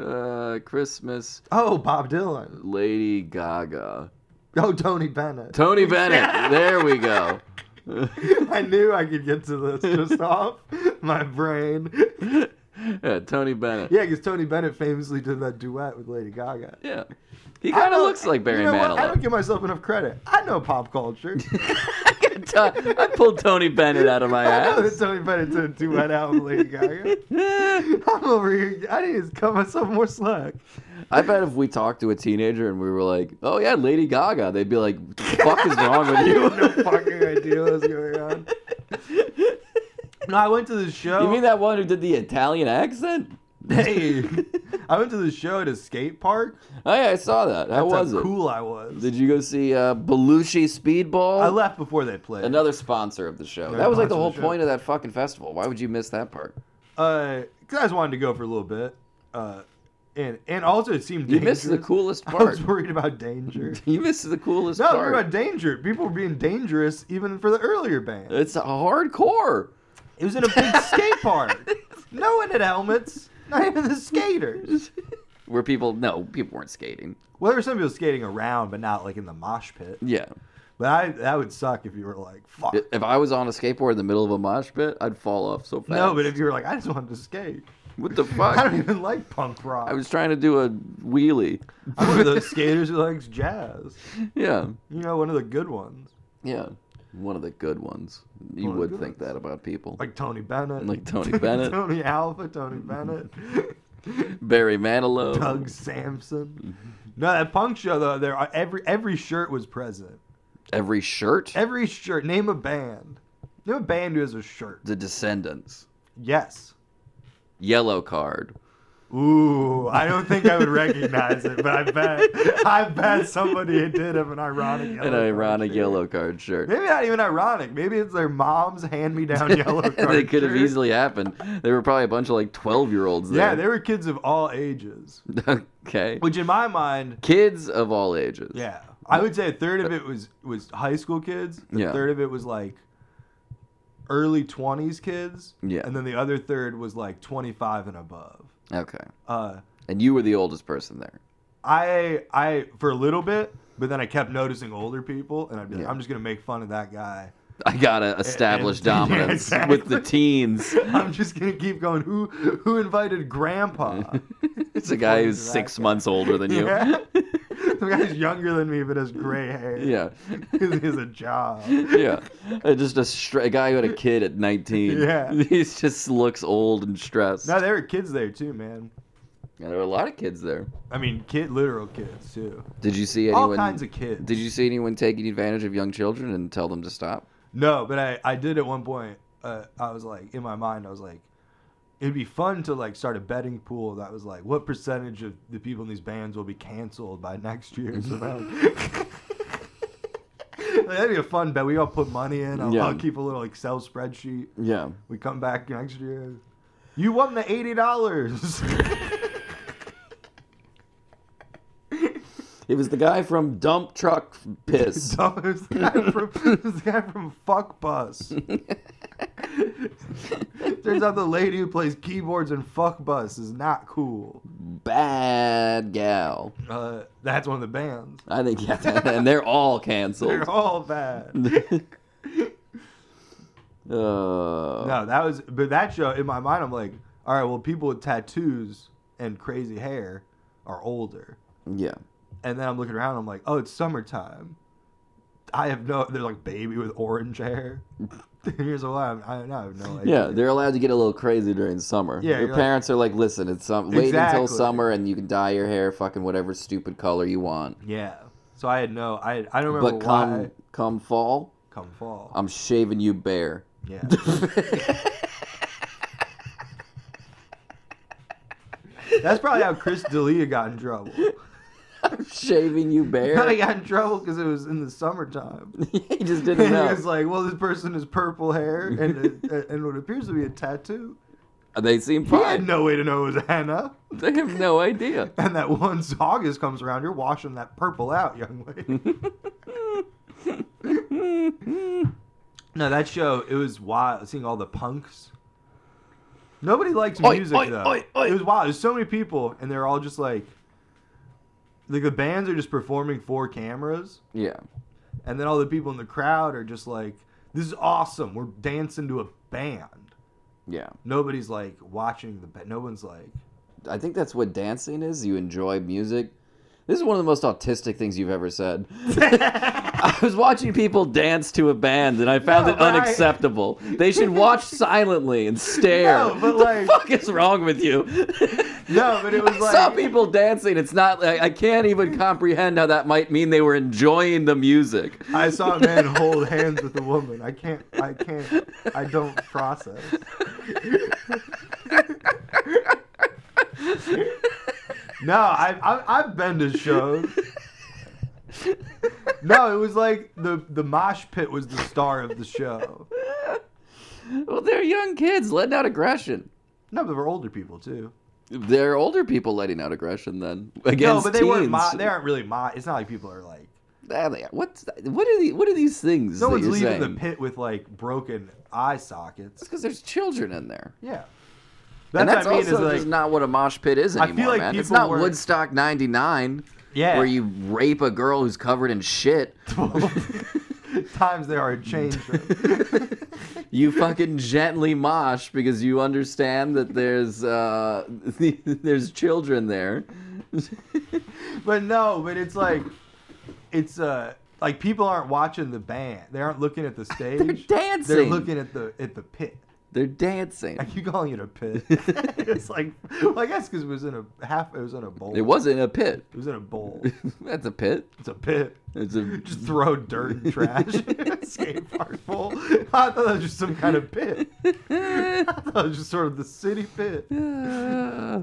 Speaker 2: uh, Christmas.
Speaker 1: Oh, Bob Dylan.
Speaker 2: Lady Gaga.
Speaker 1: Oh, Tony Bennett.
Speaker 2: Tony Bennett. there we go.
Speaker 1: I knew I could get to this just off my brain.
Speaker 2: yeah, Tony Bennett. Yeah.
Speaker 1: Yeah, because Tony Bennett famously did that duet with Lady Gaga.
Speaker 2: He
Speaker 1: I
Speaker 2: kind of
Speaker 1: don't-
Speaker 2: looks like Barry
Speaker 1: you know what? I don't
Speaker 2: Manilow.
Speaker 1: give myself enough credit. I know pop culture.
Speaker 2: I, could t- I pulled Tony Bennett out of my
Speaker 1: I know
Speaker 2: ass.
Speaker 1: that Tony Bennett did a duet out with Lady Gaga. I'm over here. I need to cut myself more slack.
Speaker 2: I bet if we talked to a teenager and we were like, "Oh yeah, Lady Gaga," they'd be like, "Fuck is wrong with
Speaker 1: I have no
Speaker 2: you?"
Speaker 1: fucking idea what's going on. No, I went to the show.
Speaker 2: You mean that one who did the Italian accent?
Speaker 1: Hey, I went to the show at a skate park.
Speaker 2: Oh yeah, I saw that. How
Speaker 1: That's
Speaker 2: was
Speaker 1: how
Speaker 2: it?
Speaker 1: cool I was.
Speaker 2: Did you go see uh, Belushi Speedball?
Speaker 1: I left before they played.
Speaker 2: Another sponsor of the show.
Speaker 1: Another
Speaker 2: that was like the
Speaker 1: sponsor
Speaker 2: whole
Speaker 1: of the show.
Speaker 2: point of that fucking festival. Why would you miss that part?
Speaker 1: Uh, guys wanted to go for a little bit, uh, and and also it seemed
Speaker 2: You
Speaker 1: dangerous.
Speaker 2: missed the coolest
Speaker 1: I was
Speaker 2: part.
Speaker 1: worried about danger.
Speaker 2: You missed the coolest
Speaker 1: no, I was
Speaker 2: part.
Speaker 1: worried about danger. People were being dangerous even for the earlier band.
Speaker 2: It's hardcore.
Speaker 1: It was in a big skate park. No one had helmets. Not even the skaters.
Speaker 2: Where people no, people weren't skating.
Speaker 1: Well, there were some people skating around, but not like in the mosh pit.
Speaker 2: Yeah.
Speaker 1: But I that would suck if you were like, fuck.
Speaker 2: I- If I was on a skateboard in the middle of a mosh pit, I'd fall off so fast.
Speaker 1: No, but if you were like, I just wanted to skate.
Speaker 2: what the
Speaker 1: I
Speaker 2: fuck?
Speaker 1: don't even like punk rock.
Speaker 2: I was trying to do a wheelie.
Speaker 1: I'm one of those skaters who likes jazz.
Speaker 2: Yeah.
Speaker 1: You know, one of the good ones,
Speaker 2: Yeah. One of the good ones.
Speaker 1: One
Speaker 2: You
Speaker 1: of the
Speaker 2: would
Speaker 1: good
Speaker 2: think
Speaker 1: ones.
Speaker 2: that about people.
Speaker 1: like Tony Bennett,
Speaker 2: Like Tony Bennett.
Speaker 1: Tony Alpha, Tony Bennett,
Speaker 2: Barry Manilow.
Speaker 1: Doug Sampson.
Speaker 2: Mm-hmm.
Speaker 1: No, that punk show though, there are every every shirt was present.
Speaker 2: Every shirt.
Speaker 1: Every shirt. Name a band. Name a band who has a shirt.
Speaker 2: the Descendants.
Speaker 1: Yes.
Speaker 2: Yellow card.
Speaker 1: Ooh, I don't think I would recognize it, but I bet I bet somebody did have an ironic yellow
Speaker 2: An
Speaker 1: card
Speaker 2: ironic
Speaker 1: shirt.
Speaker 2: yellow card shirt.
Speaker 1: Maybe not even ironic. Maybe it's their mom's hand-me-down yellow card.
Speaker 2: they could have
Speaker 1: shirt.
Speaker 2: easily happened. There were probably a bunch of like twelve year olds
Speaker 1: Yeah,
Speaker 2: there.
Speaker 1: there were kids of all ages,
Speaker 2: okay.
Speaker 1: which in my mind,
Speaker 2: Kids of all ages.
Speaker 1: yeah, I would say a third of it was was high school kids. A
Speaker 2: Yeah.
Speaker 1: third of it was like early twenties kids.
Speaker 2: Yeah.
Speaker 1: and then the other third was like twenty-five and above.
Speaker 2: Okay.
Speaker 1: Uh,
Speaker 2: And you were the oldest person there.
Speaker 1: I I for a little bit, but then I kept noticing older people, and I'd be like,
Speaker 2: Yeah.
Speaker 1: I'm just gonna make fun of that guy.
Speaker 2: I gotta establish
Speaker 1: and- yeah,
Speaker 2: dominance
Speaker 1: exactly.
Speaker 2: with the teens.
Speaker 1: I'm just gonna keep going. Who who invited Grandpa?
Speaker 2: It's a guy who's
Speaker 1: That
Speaker 2: six
Speaker 1: guy.
Speaker 2: months older than you.
Speaker 1: Yeah. the guy's younger than me, but has gray hair.
Speaker 2: Yeah.
Speaker 1: he has a job.
Speaker 2: Yeah. Uh, Just a, str- a guy who had a kid at 19.
Speaker 1: Yeah.
Speaker 2: He just looks old and stressed.
Speaker 1: No, there were kids there too, man.
Speaker 2: Yeah, there were a lot of kids there.
Speaker 1: I mean, kid, literal kids too.
Speaker 2: Did you see
Speaker 1: All
Speaker 2: anyone?
Speaker 1: kinds of kids.
Speaker 2: Did you see anyone taking advantage of young children and tell them to stop?
Speaker 1: No, but I, I did at one point. Uh, I was like, in my mind, I was like, it'd be fun to like start a betting pool that was like, what percentage of the people in these bands will be canceled by next year's event? Like, that'd be a fun bet. We all put money in. I'll,
Speaker 2: Yeah.
Speaker 1: I'll keep a little Excel spreadsheet.
Speaker 2: Yeah.
Speaker 1: We come back next year. You won the eighty dollars.
Speaker 2: It was the guy from Dump Truck Piss.
Speaker 1: this guy from this guy from Fuck Bus. Turns out the lady who plays keyboards in Fuck Bus is not cool.
Speaker 2: Bad gal.
Speaker 1: Uh, that's one of the bands.
Speaker 2: I think, yeah, and they're all canceled.
Speaker 1: They're all bad.
Speaker 2: Uh,
Speaker 1: No, that was but that show in my mind. I'm like, all right, well, people with tattoos and crazy hair are older.
Speaker 2: yeah.
Speaker 1: And then I'm looking around. I'm like, oh, it's summertime. I have no. There's like baby with orange hair. Here's a lie. I I have no idea.
Speaker 2: Yeah, they're allowed to get a little crazy during summer.
Speaker 1: Yeah,
Speaker 2: Your
Speaker 1: you're
Speaker 2: parents are like, listen, it's some wait until
Speaker 1: Exactly.
Speaker 2: summer and you can dye your hair fucking whatever stupid color you want.
Speaker 1: Yeah. So I had no. I I don't remember
Speaker 2: But come
Speaker 1: why.
Speaker 2: come fall,
Speaker 1: Come fall.
Speaker 2: I'm shaving you bare.
Speaker 1: yeah. That's probably how Chris D'Elia got in trouble.
Speaker 2: I'm shaving you
Speaker 1: He probably
Speaker 2: bare.
Speaker 1: got in trouble because it was in the summertime.
Speaker 2: he just
Speaker 1: And he
Speaker 2: didn't
Speaker 1: was
Speaker 2: know.
Speaker 1: like, "Well, this person has purple hair and a, and what appears to be a tattoo."
Speaker 2: they seem
Speaker 1: He had
Speaker 2: fine.
Speaker 1: no way to know it was Hannah.
Speaker 2: They have no idea.
Speaker 1: And that once August comes around, you're washing that purple out, young lady. no, that show it was wild. Seeing all the punks. Nobody likes
Speaker 2: Oi,
Speaker 1: music
Speaker 2: oi,
Speaker 1: though.
Speaker 2: oi, oi.
Speaker 1: It was wild. There's so many people, and they're all just like, like the bands are just performing for cameras,
Speaker 2: yeah.
Speaker 1: and then all the people in the crowd are just like, "This is awesome. We're dancing to a band."
Speaker 2: Yeah.
Speaker 1: Nobody's like watching the band. No one's like,
Speaker 2: I think that's what dancing is. You enjoy music. This is one of the most autistic things you've ever said. I was watching people dance to a band and I found
Speaker 1: No,
Speaker 2: it
Speaker 1: but I-
Speaker 2: unacceptable. They should watch silently and stare.
Speaker 1: No, but
Speaker 2: what
Speaker 1: like-
Speaker 2: the fuck is wrong with you?
Speaker 1: No, but it was
Speaker 2: I
Speaker 1: like
Speaker 2: saw people dancing. It's not. I, I can't even comprehend how that might mean they were enjoying the music.
Speaker 1: I saw a man hold hands with a woman. I can't. I can't. I don't process. no, I, I I've been to shows. No, it was like the the mosh pit was the star of the show.
Speaker 2: Well, they're young kids letting out aggression.
Speaker 1: No, but there were older people too.
Speaker 2: They're older people letting out aggression then
Speaker 1: No,
Speaker 2: against
Speaker 1: but they
Speaker 2: teens.
Speaker 1: weren't. Mo- they aren't really mosh. It's not like people are like.
Speaker 2: Ah, they- What's what are these? What are these things?
Speaker 1: No
Speaker 2: that
Speaker 1: one's
Speaker 2: you're
Speaker 1: leaving
Speaker 2: saying?
Speaker 1: the pit with like broken eye sockets.
Speaker 2: It's because there's children in there.
Speaker 1: Yeah,
Speaker 2: and
Speaker 1: what
Speaker 2: that's also just not what a mosh pit is
Speaker 1: I
Speaker 2: anymore,
Speaker 1: feel like
Speaker 2: man. It's
Speaker 1: people
Speaker 2: not
Speaker 1: were-
Speaker 2: Woodstock '99,
Speaker 1: yeah.
Speaker 2: where you rape a girl who's covered in shit.
Speaker 1: times there are changed.
Speaker 2: you fucking gently mosh because you understand that there's uh, there's children there.
Speaker 1: but no, but it's like it's uh like people aren't watching the band. They aren't looking at the stage.
Speaker 2: They're dancing.
Speaker 1: They're looking at the at the pit.
Speaker 2: They're dancing.
Speaker 1: I keep calling it a pit. it's like well, I guess because it was in a half. It was in a bowl.
Speaker 2: It wasn't a pit.
Speaker 1: It was in a bowl.
Speaker 2: That's a pit.
Speaker 1: It's a pit.
Speaker 2: It's a
Speaker 1: Just throw dirt and trash in a skate park bowl. I thought that was just some kind of pit. I thought it was just sort of the city pit.
Speaker 2: Uh,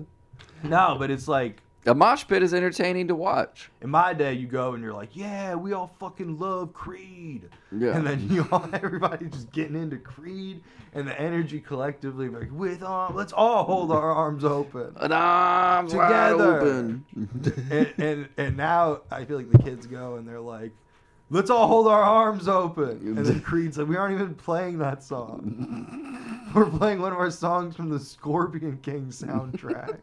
Speaker 1: No, but it's like
Speaker 2: a mosh pit is entertaining to watch.
Speaker 1: In my day, you go and you're like, yeah, we all fucking love Creed.
Speaker 2: Yeah.
Speaker 1: And then you all, everybody just getting into Creed and the energy collectively, like, with arm, let's all hold our arms open.
Speaker 2: An arms wide
Speaker 1: Together.
Speaker 2: open.
Speaker 1: And, and, and now I feel like the kids go and they're like, let's all hold our arms open. And then Creed's like, we aren't even playing that song. We're playing one of our songs from the Scorpion King soundtrack.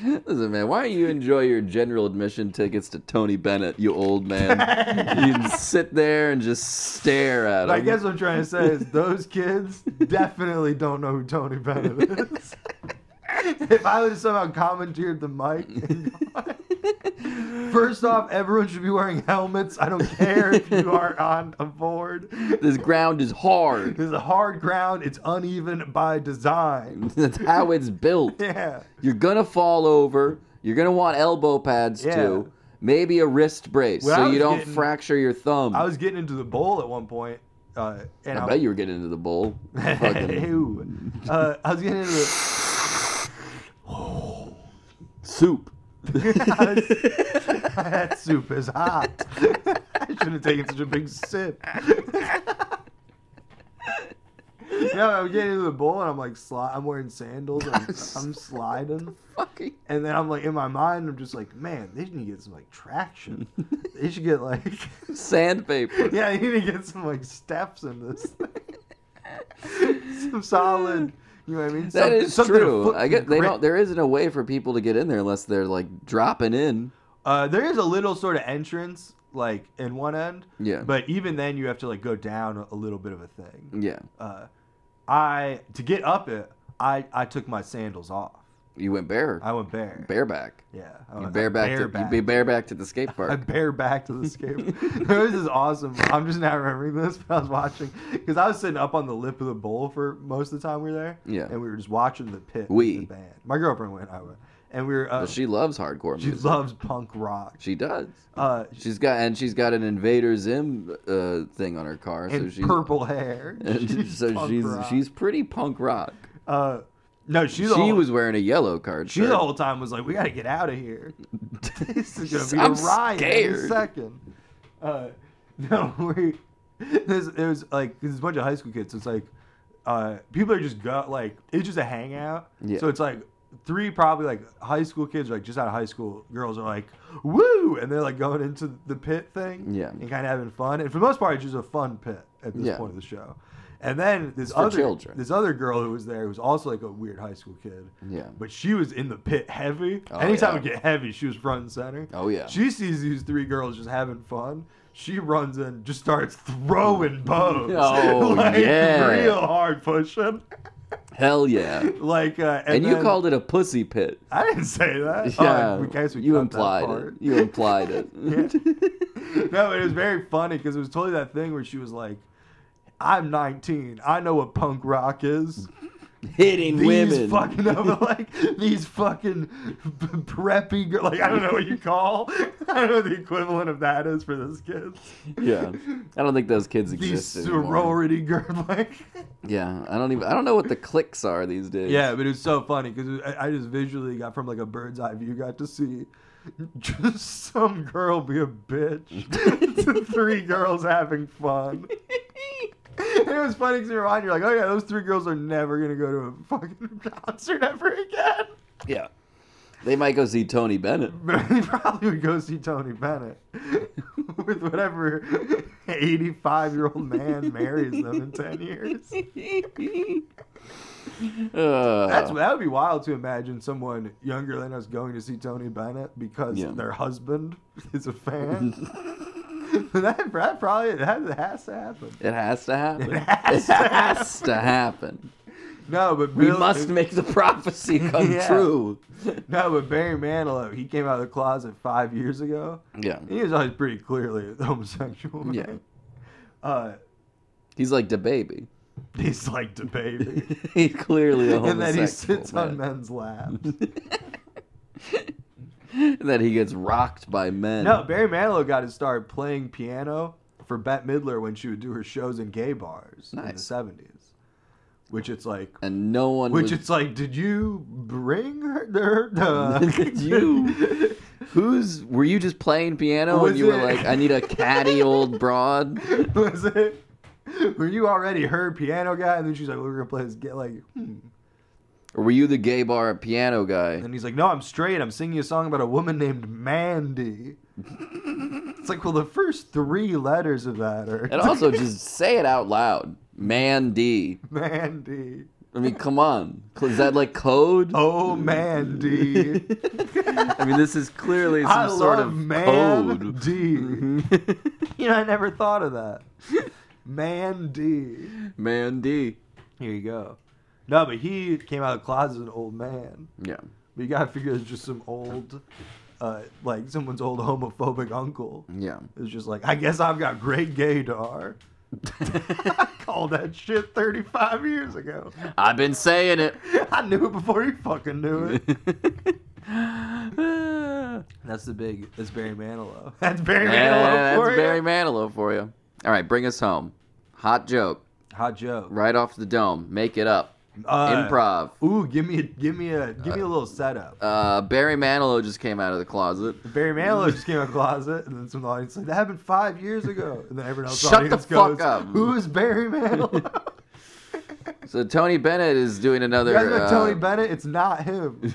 Speaker 2: Listen, man, why don't you enjoy your general admission tickets to Tony Bennett, you old man? you can sit there and just stare at him.
Speaker 1: I guess what I'm trying to say is those kids definitely don't know who Tony Bennett is. if I would have somehow commandeered the mic, and gone- first off, everyone should be wearing helmets. I don't care if you are on a board.
Speaker 2: this ground is hard.
Speaker 1: This is a hard ground. It's uneven by design.
Speaker 2: That's how it's built.
Speaker 1: Yeah.
Speaker 2: You're gonna fall over. You're gonna want elbow pads
Speaker 1: Yeah.
Speaker 2: too. Maybe a wrist brace
Speaker 1: When I
Speaker 2: so
Speaker 1: was
Speaker 2: you don't
Speaker 1: getting-
Speaker 2: fracture your thumb.
Speaker 1: I was getting into the bowl at one point, uh, and
Speaker 2: I
Speaker 1: I,
Speaker 2: bet you were getting into the bowl. Fucking
Speaker 1: Ew. Uh, I was getting into the.
Speaker 2: soup.
Speaker 1: that soup is hot. I shouldn't have taken such a big sip. no, I'm getting into the bowl and I'm like, sli- I'm wearing sandals and I'm, I'm sliding.
Speaker 2: Fucking.
Speaker 1: And then I'm like, in my mind, I'm just like, man, they need to get some like traction. They should get like,
Speaker 2: Sandpaper.
Speaker 1: yeah, they need to get some like steps in this thing. some solid, you know what I mean?
Speaker 2: That
Speaker 1: Some-
Speaker 2: is
Speaker 1: something a
Speaker 2: true.
Speaker 1: foot
Speaker 2: I
Speaker 1: can
Speaker 2: get they
Speaker 1: grip.
Speaker 2: don't. There isn't a way for people to get in there unless they're like dropping in.
Speaker 1: Uh, there is a little sort of entrance, like in one end.
Speaker 2: Yeah.
Speaker 1: But even then, you have to like go down a little bit of a thing.
Speaker 2: Yeah,
Speaker 1: Uh, I to get up it, I I took my sandals off.
Speaker 2: you went bare,
Speaker 1: I went bare.
Speaker 2: bareback.
Speaker 1: Yeah. I
Speaker 2: You
Speaker 1: went-
Speaker 2: bareback. To, you
Speaker 1: bareback.
Speaker 2: be bareback to the skate
Speaker 1: I
Speaker 2: park.
Speaker 1: bareback to the skate. there was this awesome. I'm just now remembering this, but I was watching because I was sitting up on the lip of the bowl for most of the time we were there.
Speaker 2: Yeah.
Speaker 1: And we were just watching the pit. with
Speaker 2: We.
Speaker 1: the band. My girlfriend went. I went. And we were. Uh,
Speaker 2: But
Speaker 1: she
Speaker 2: she loves hardcore music.
Speaker 1: loves punk rock.
Speaker 2: She does.
Speaker 1: Uh,
Speaker 2: She's got and she's got an Invader Zim uh, thing on her car, so
Speaker 1: and
Speaker 2: she's
Speaker 1: purple hair.
Speaker 2: and so
Speaker 1: punk
Speaker 2: she's
Speaker 1: rock.
Speaker 2: she's pretty punk rock.
Speaker 1: uh, no, she,
Speaker 2: She
Speaker 1: the whole,
Speaker 2: was wearing a yellow card
Speaker 1: she
Speaker 2: shirt.
Speaker 1: the whole time was like, we got to get out of here. this is gonna be
Speaker 2: I'm
Speaker 1: a riot any
Speaker 2: scared.
Speaker 1: second. Uh, no, we this it was like this is a bunch of high school kids. So it's like uh, people are just go like it's just a hangout.
Speaker 2: Yeah.
Speaker 1: So it's like three probably like high school kids like just out of high school girls are like woo and they're like going into the pit thing
Speaker 2: Yeah.
Speaker 1: and kind of having fun and for the most part it's just a fun pit at this
Speaker 2: Yeah.
Speaker 1: point of the show and then this
Speaker 2: for
Speaker 1: other
Speaker 2: children.
Speaker 1: this other girl who was there who was also like a weird high school kid
Speaker 2: Yeah.
Speaker 1: but she was in the pit heavy
Speaker 2: Oh,
Speaker 1: anytime
Speaker 2: yeah.
Speaker 1: it get heavy she was front and center
Speaker 2: Oh, yeah.
Speaker 1: she sees these three girls just having fun. She runs in, just starts throwing bows.
Speaker 2: Oh, yeah.
Speaker 1: Real hard pushing.
Speaker 2: Hell yeah.
Speaker 1: Like, uh,
Speaker 2: And, you
Speaker 1: then-
Speaker 2: called it a pussy pit.
Speaker 1: I didn't say that.
Speaker 2: Yeah,
Speaker 1: oh, in case we
Speaker 2: you
Speaker 1: cut that
Speaker 2: implied it.
Speaker 1: part.
Speaker 2: You implied it.
Speaker 1: no, but it was very funny because it was totally that thing where she was like, "I'm 19. I know what punk rock is.
Speaker 2: Hitting
Speaker 1: These
Speaker 2: women.
Speaker 1: fucking like these fucking p- preppy girl. Like I don't know what you call. I don't know what the equivalent of that is for those kids.
Speaker 2: Yeah, I don't think those kids
Speaker 1: These
Speaker 2: exist anymore.
Speaker 1: sorority girl like.
Speaker 2: Yeah, I don't even. I don't know what the clicks are these days.
Speaker 1: Yeah, but it was so funny because I, I just visually got from like a bird's eye view, got to see just some girl be a bitch to three girls having fun. And it was funny because you're on, you're like, oh yeah, those three girls are never gonna go to a fucking concert ever again.
Speaker 2: yeah. They might go see Tony Bennett.
Speaker 1: But they probably would go see Tony Bennett with whatever 85 year old man marries them in 10 years.
Speaker 2: Uh,
Speaker 1: That's that would be wild to imagine someone younger than us going to see Tony Bennett because
Speaker 2: Yeah.
Speaker 1: their husband is a fan. that, that probably that has to happen.
Speaker 2: it has to happen.
Speaker 1: It has to
Speaker 2: has to happen.
Speaker 1: No, but
Speaker 2: We
Speaker 1: Bill,
Speaker 2: must make the prophecy come
Speaker 1: Yeah.
Speaker 2: true.
Speaker 1: no, but Barry Manilow, he came out of the closet five years ago.
Speaker 2: Yeah.
Speaker 1: He was always pretty clearly homosexual. right?
Speaker 2: Yeah.
Speaker 1: Uh,
Speaker 2: He's like the baby.
Speaker 1: he's like the baby.
Speaker 2: he's clearly a homosexual.
Speaker 1: and then he sits on
Speaker 2: man.
Speaker 1: men's laps.
Speaker 2: And then he gets rocked by men.
Speaker 1: no, Barry Manilow got his start playing piano for Bette Midler when she would do her shows in gay bars in the
Speaker 2: Nice.
Speaker 1: seventies. Which it's like,
Speaker 2: And no one.
Speaker 1: which
Speaker 2: was,
Speaker 1: it's like, did you bring her? her the-
Speaker 2: Did you- who's were you just playing piano
Speaker 1: Was
Speaker 2: and you
Speaker 1: it-
Speaker 2: were like, I need a catty old broad.
Speaker 1: was it? Were you already her piano guy? And then she's like, we're gonna play this gay. Like, hmm.
Speaker 2: Or were you the gay bar piano guy?
Speaker 1: and he's like, no, I'm straight. I'm singing a song about a woman named Mandy. it's like, well, the first three letters of that are
Speaker 2: And also just say it out loud. Man D.
Speaker 1: Mandy.
Speaker 2: I mean, come on. Is that like code?
Speaker 1: Oh, Mandy.
Speaker 2: I mean, this is clearly some
Speaker 1: I
Speaker 2: sort
Speaker 1: love
Speaker 2: of
Speaker 1: man
Speaker 2: code.
Speaker 1: D. You know, I never thought of that. Man D.
Speaker 2: man D.
Speaker 1: Here you go. No, but he came out of the closet as an old man.
Speaker 2: Yeah.
Speaker 1: But you gotta figure it's just some old, uh, like someone's old homophobic uncle.
Speaker 2: Yeah.
Speaker 1: It's just like, I guess I've got great gaydar. I called that shit 35 years ago.
Speaker 2: I've been saying it.
Speaker 1: I knew it before he fucking knew it.
Speaker 2: yeah,
Speaker 1: That's the big, that's Barry Manilow. That's Barry Manilow
Speaker 2: that's
Speaker 1: for you.
Speaker 2: Barry Manilow for you. All right, bring us home. Hot joke,
Speaker 1: Hot joke.
Speaker 2: right off the dome. Make it up.
Speaker 1: Uh,
Speaker 2: Improv.
Speaker 1: Ooh, give me a give me a give me a little setup.
Speaker 2: Uh, Barry Manilow just came out of the closet.
Speaker 1: Barry Manilow just came out of the closet, and then some of the audience like that happened five years ago, and then everyone else in
Speaker 2: Shut the
Speaker 1: audience
Speaker 2: fuck
Speaker 1: goes,
Speaker 2: up.
Speaker 1: "Who is Barry Manilow?"
Speaker 2: So Tony Bennett is doing another.
Speaker 1: you guys know
Speaker 2: uh,
Speaker 1: Tony Bennett? It's not him.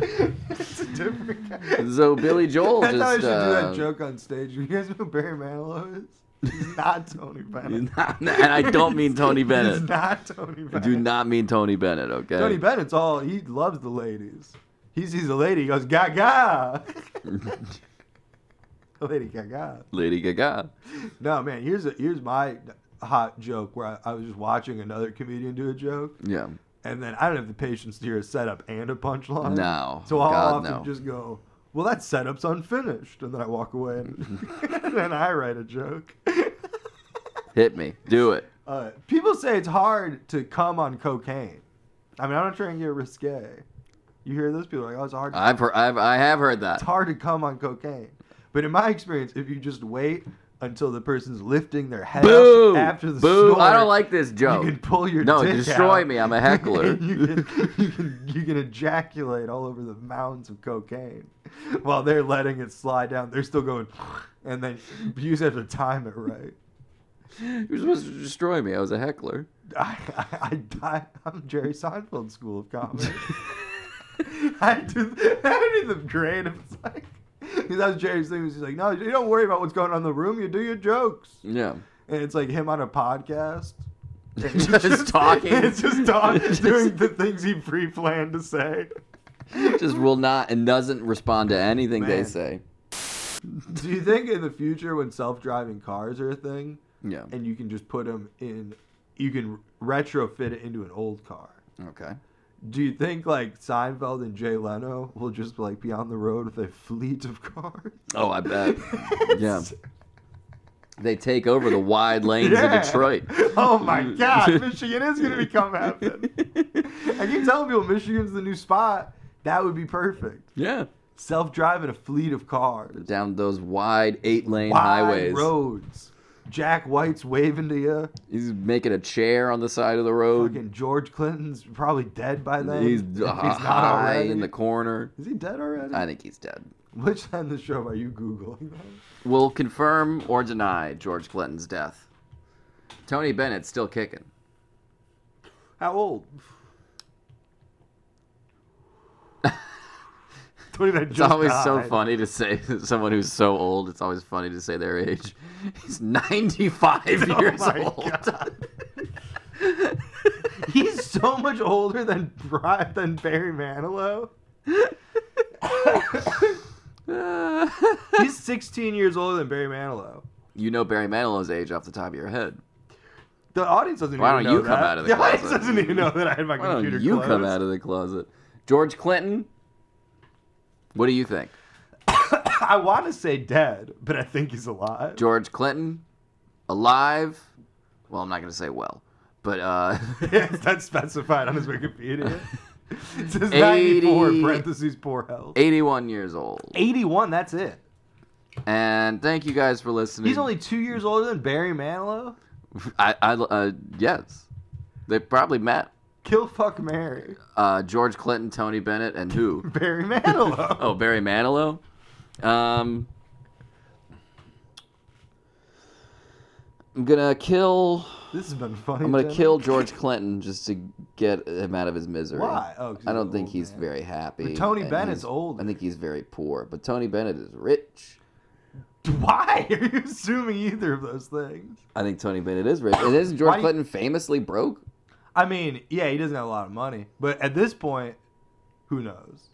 Speaker 1: it's a different guy.
Speaker 2: So Billy Joel
Speaker 1: I
Speaker 2: just.
Speaker 1: thought I should do
Speaker 2: uh,
Speaker 1: that joke on stage. You guys know who Barry Manilow is? He's not Tony Bennett.
Speaker 2: and I don't mean Tony Bennett.
Speaker 1: He's not Tony
Speaker 2: I
Speaker 1: Bennett.
Speaker 2: do not mean Tony Bennett. Okay.
Speaker 1: Tony Bennett's all he loves the ladies. He sees a lady, he goes Gaga. lady Gaga.
Speaker 2: Lady Gaga.
Speaker 1: No man, here's a here's my hot joke where I, I was just watching another comedian do a joke,
Speaker 2: Yeah.
Speaker 1: and then I don't have the patience to hear a setup and a punchline.
Speaker 2: No.
Speaker 1: So I'll
Speaker 2: God
Speaker 1: often
Speaker 2: no.
Speaker 1: just go, well, that setup's unfinished, and then I walk away, and, and then I write a joke.
Speaker 2: Hit me. Do it.
Speaker 1: Uh, people say it's hard to come on cocaine. I mean, I'm not trying to get risque. You hear those people are like, oh, it's hard. To,
Speaker 2: I've heard. I've, I have heard that.
Speaker 1: it's hard to come on cocaine. But in my experience, if you just wait until the person's lifting their head
Speaker 2: Boo!
Speaker 1: up after the
Speaker 2: Boo!
Speaker 1: snort,
Speaker 2: I don't like this joke.
Speaker 1: You can pull your
Speaker 2: No,
Speaker 1: dick
Speaker 2: destroy
Speaker 1: out.
Speaker 2: me. I'm a heckler.
Speaker 1: And you, can, you can you can ejaculate all over the mounds of cocaine while they're letting it slide down. They're still going, and then you just have to time it right.
Speaker 2: You're supposed to destroy me. I was a heckler.
Speaker 1: I, I, I, I'm Jerry Seinfeld School of Comedy. I do that would be the grade. of- It's like because that was Jerry's thing. He's like, no, you don't worry about what's going on in the room. You do your jokes,
Speaker 2: Yeah.
Speaker 1: and it's like him on a podcast.
Speaker 2: Just talking.
Speaker 1: It's just talking,
Speaker 2: Just-
Speaker 1: doing the things he pre-planned to say.
Speaker 2: Just will not and doesn't respond to anything they
Speaker 1: Man.
Speaker 2: say.
Speaker 1: Do you think in the future when self-driving cars are a thing,
Speaker 2: Yeah.
Speaker 1: and you can just put them in you can retrofit it into an old car.
Speaker 2: Okay.
Speaker 1: Do you think like Seinfeld and Jay Leno will just like be on the road with a fleet of cars?
Speaker 2: Oh, I bet. yeah. They take over the wide lanes
Speaker 1: Yeah.
Speaker 2: of Detroit.
Speaker 1: Oh my God, Michigan is gonna become happen. I keep telling people Michigan's the new spot. That would be perfect.
Speaker 2: Yeah.
Speaker 1: Self-driving a fleet of cars,
Speaker 2: Down those wide eight lane
Speaker 1: wide
Speaker 2: highways.
Speaker 1: roads. Jack White's waving to you.
Speaker 2: He's making a chair on the side of the road.
Speaker 1: Fucking George Clinton's probably dead by then.
Speaker 2: He's,
Speaker 1: if
Speaker 2: high in the corner.
Speaker 1: Is he dead already?
Speaker 2: I think he's dead.
Speaker 1: Which end of the show are you googling? that?
Speaker 2: Will confirm or deny George Clinton's death. Tony Bennett's still kicking.
Speaker 1: How old? Twenty nine.
Speaker 2: It's always so funny to say someone who's so old. It's always funny to say their age. He's 95
Speaker 1: Oh
Speaker 2: years
Speaker 1: my
Speaker 2: old.
Speaker 1: God. He's so much older than Bri- than Barry Manilow. He's sixteen years older than Barry Manilow.
Speaker 2: you know Barry Manilow's age off the top of your head.
Speaker 1: The audience doesn't.
Speaker 2: Why
Speaker 1: even
Speaker 2: don't
Speaker 1: know
Speaker 2: you come
Speaker 1: that.
Speaker 2: out of the
Speaker 1: audience
Speaker 2: closet?
Speaker 1: doesn't even know that I had my
Speaker 2: Why
Speaker 1: computer
Speaker 2: don't you
Speaker 1: closed.
Speaker 2: come out of the closet? George Clinton? What do you think?
Speaker 1: I want to say dead, but I think he's alive.
Speaker 2: George Clinton? Alive? Well, I'm not going to say well. But uh,
Speaker 1: it's not specified on his Wikipedia. It says 94
Speaker 2: Eighty-
Speaker 1: parentheses poor health.
Speaker 2: 81 years old.
Speaker 1: 81, that's it.
Speaker 2: And thank you guys for listening.
Speaker 1: He's only two years older than Barry Manilow.
Speaker 2: I, I uh, yes, they probably met
Speaker 1: Kill fuck Mary.
Speaker 2: uh, George Clinton, Tony Bennett, and who?
Speaker 1: Barry Manilow.
Speaker 2: Oh, Barry Manilow. Um, I'm gonna kill.
Speaker 1: This has been funny.
Speaker 2: I'm gonna
Speaker 1: Jenna.
Speaker 2: kill George Clinton just to get him out of his misery.
Speaker 1: Why? Oh, 'cause
Speaker 2: I
Speaker 1: he's
Speaker 2: don't
Speaker 1: an
Speaker 2: think
Speaker 1: old
Speaker 2: he's
Speaker 1: man.
Speaker 2: very happy.
Speaker 1: But Tony
Speaker 2: and
Speaker 1: Bennett's
Speaker 2: he's-
Speaker 1: older.
Speaker 2: I think he's very poor, but Tony Bennett is rich.
Speaker 1: Why are you assuming either of those things?
Speaker 2: I think Tony Bennett is rich. And isn't
Speaker 1: Why do
Speaker 2: George
Speaker 1: you-
Speaker 2: Clinton famously broke?
Speaker 1: I mean, yeah, he doesn't have a lot of money, but at this point, who knows?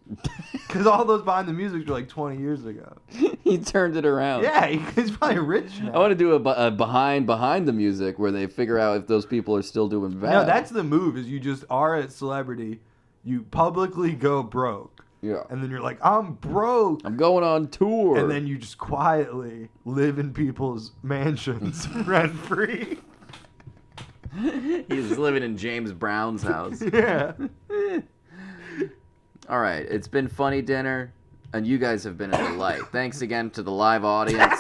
Speaker 1: Because all those behind the music were like 20 years ago.
Speaker 2: he turned it around.
Speaker 1: Yeah, he- he's probably rich now.
Speaker 2: I want to do a, bu- a behind behind the music where they figure out if those people are still doing bad.
Speaker 1: No, that's the move. Is you just are a celebrity, you publicly go broke,
Speaker 2: yeah.
Speaker 1: and then you're like, I'm broke,
Speaker 2: I'm going on tour.
Speaker 1: and then you just quietly live in people's mansions rent free.
Speaker 2: he's living in James Brown's house.
Speaker 1: Yeah,
Speaker 2: All right, it's been funny dinner, and you guys have been a delight. Thanks again to the live audience.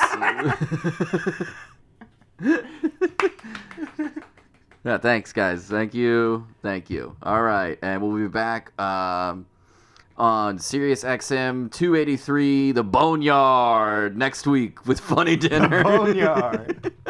Speaker 2: yeah, thanks guys. Thank you. Thank you. All right, and we'll be back um, on Sirius XM 283, the Boneyard, next week with funny dinner.
Speaker 1: boneyard.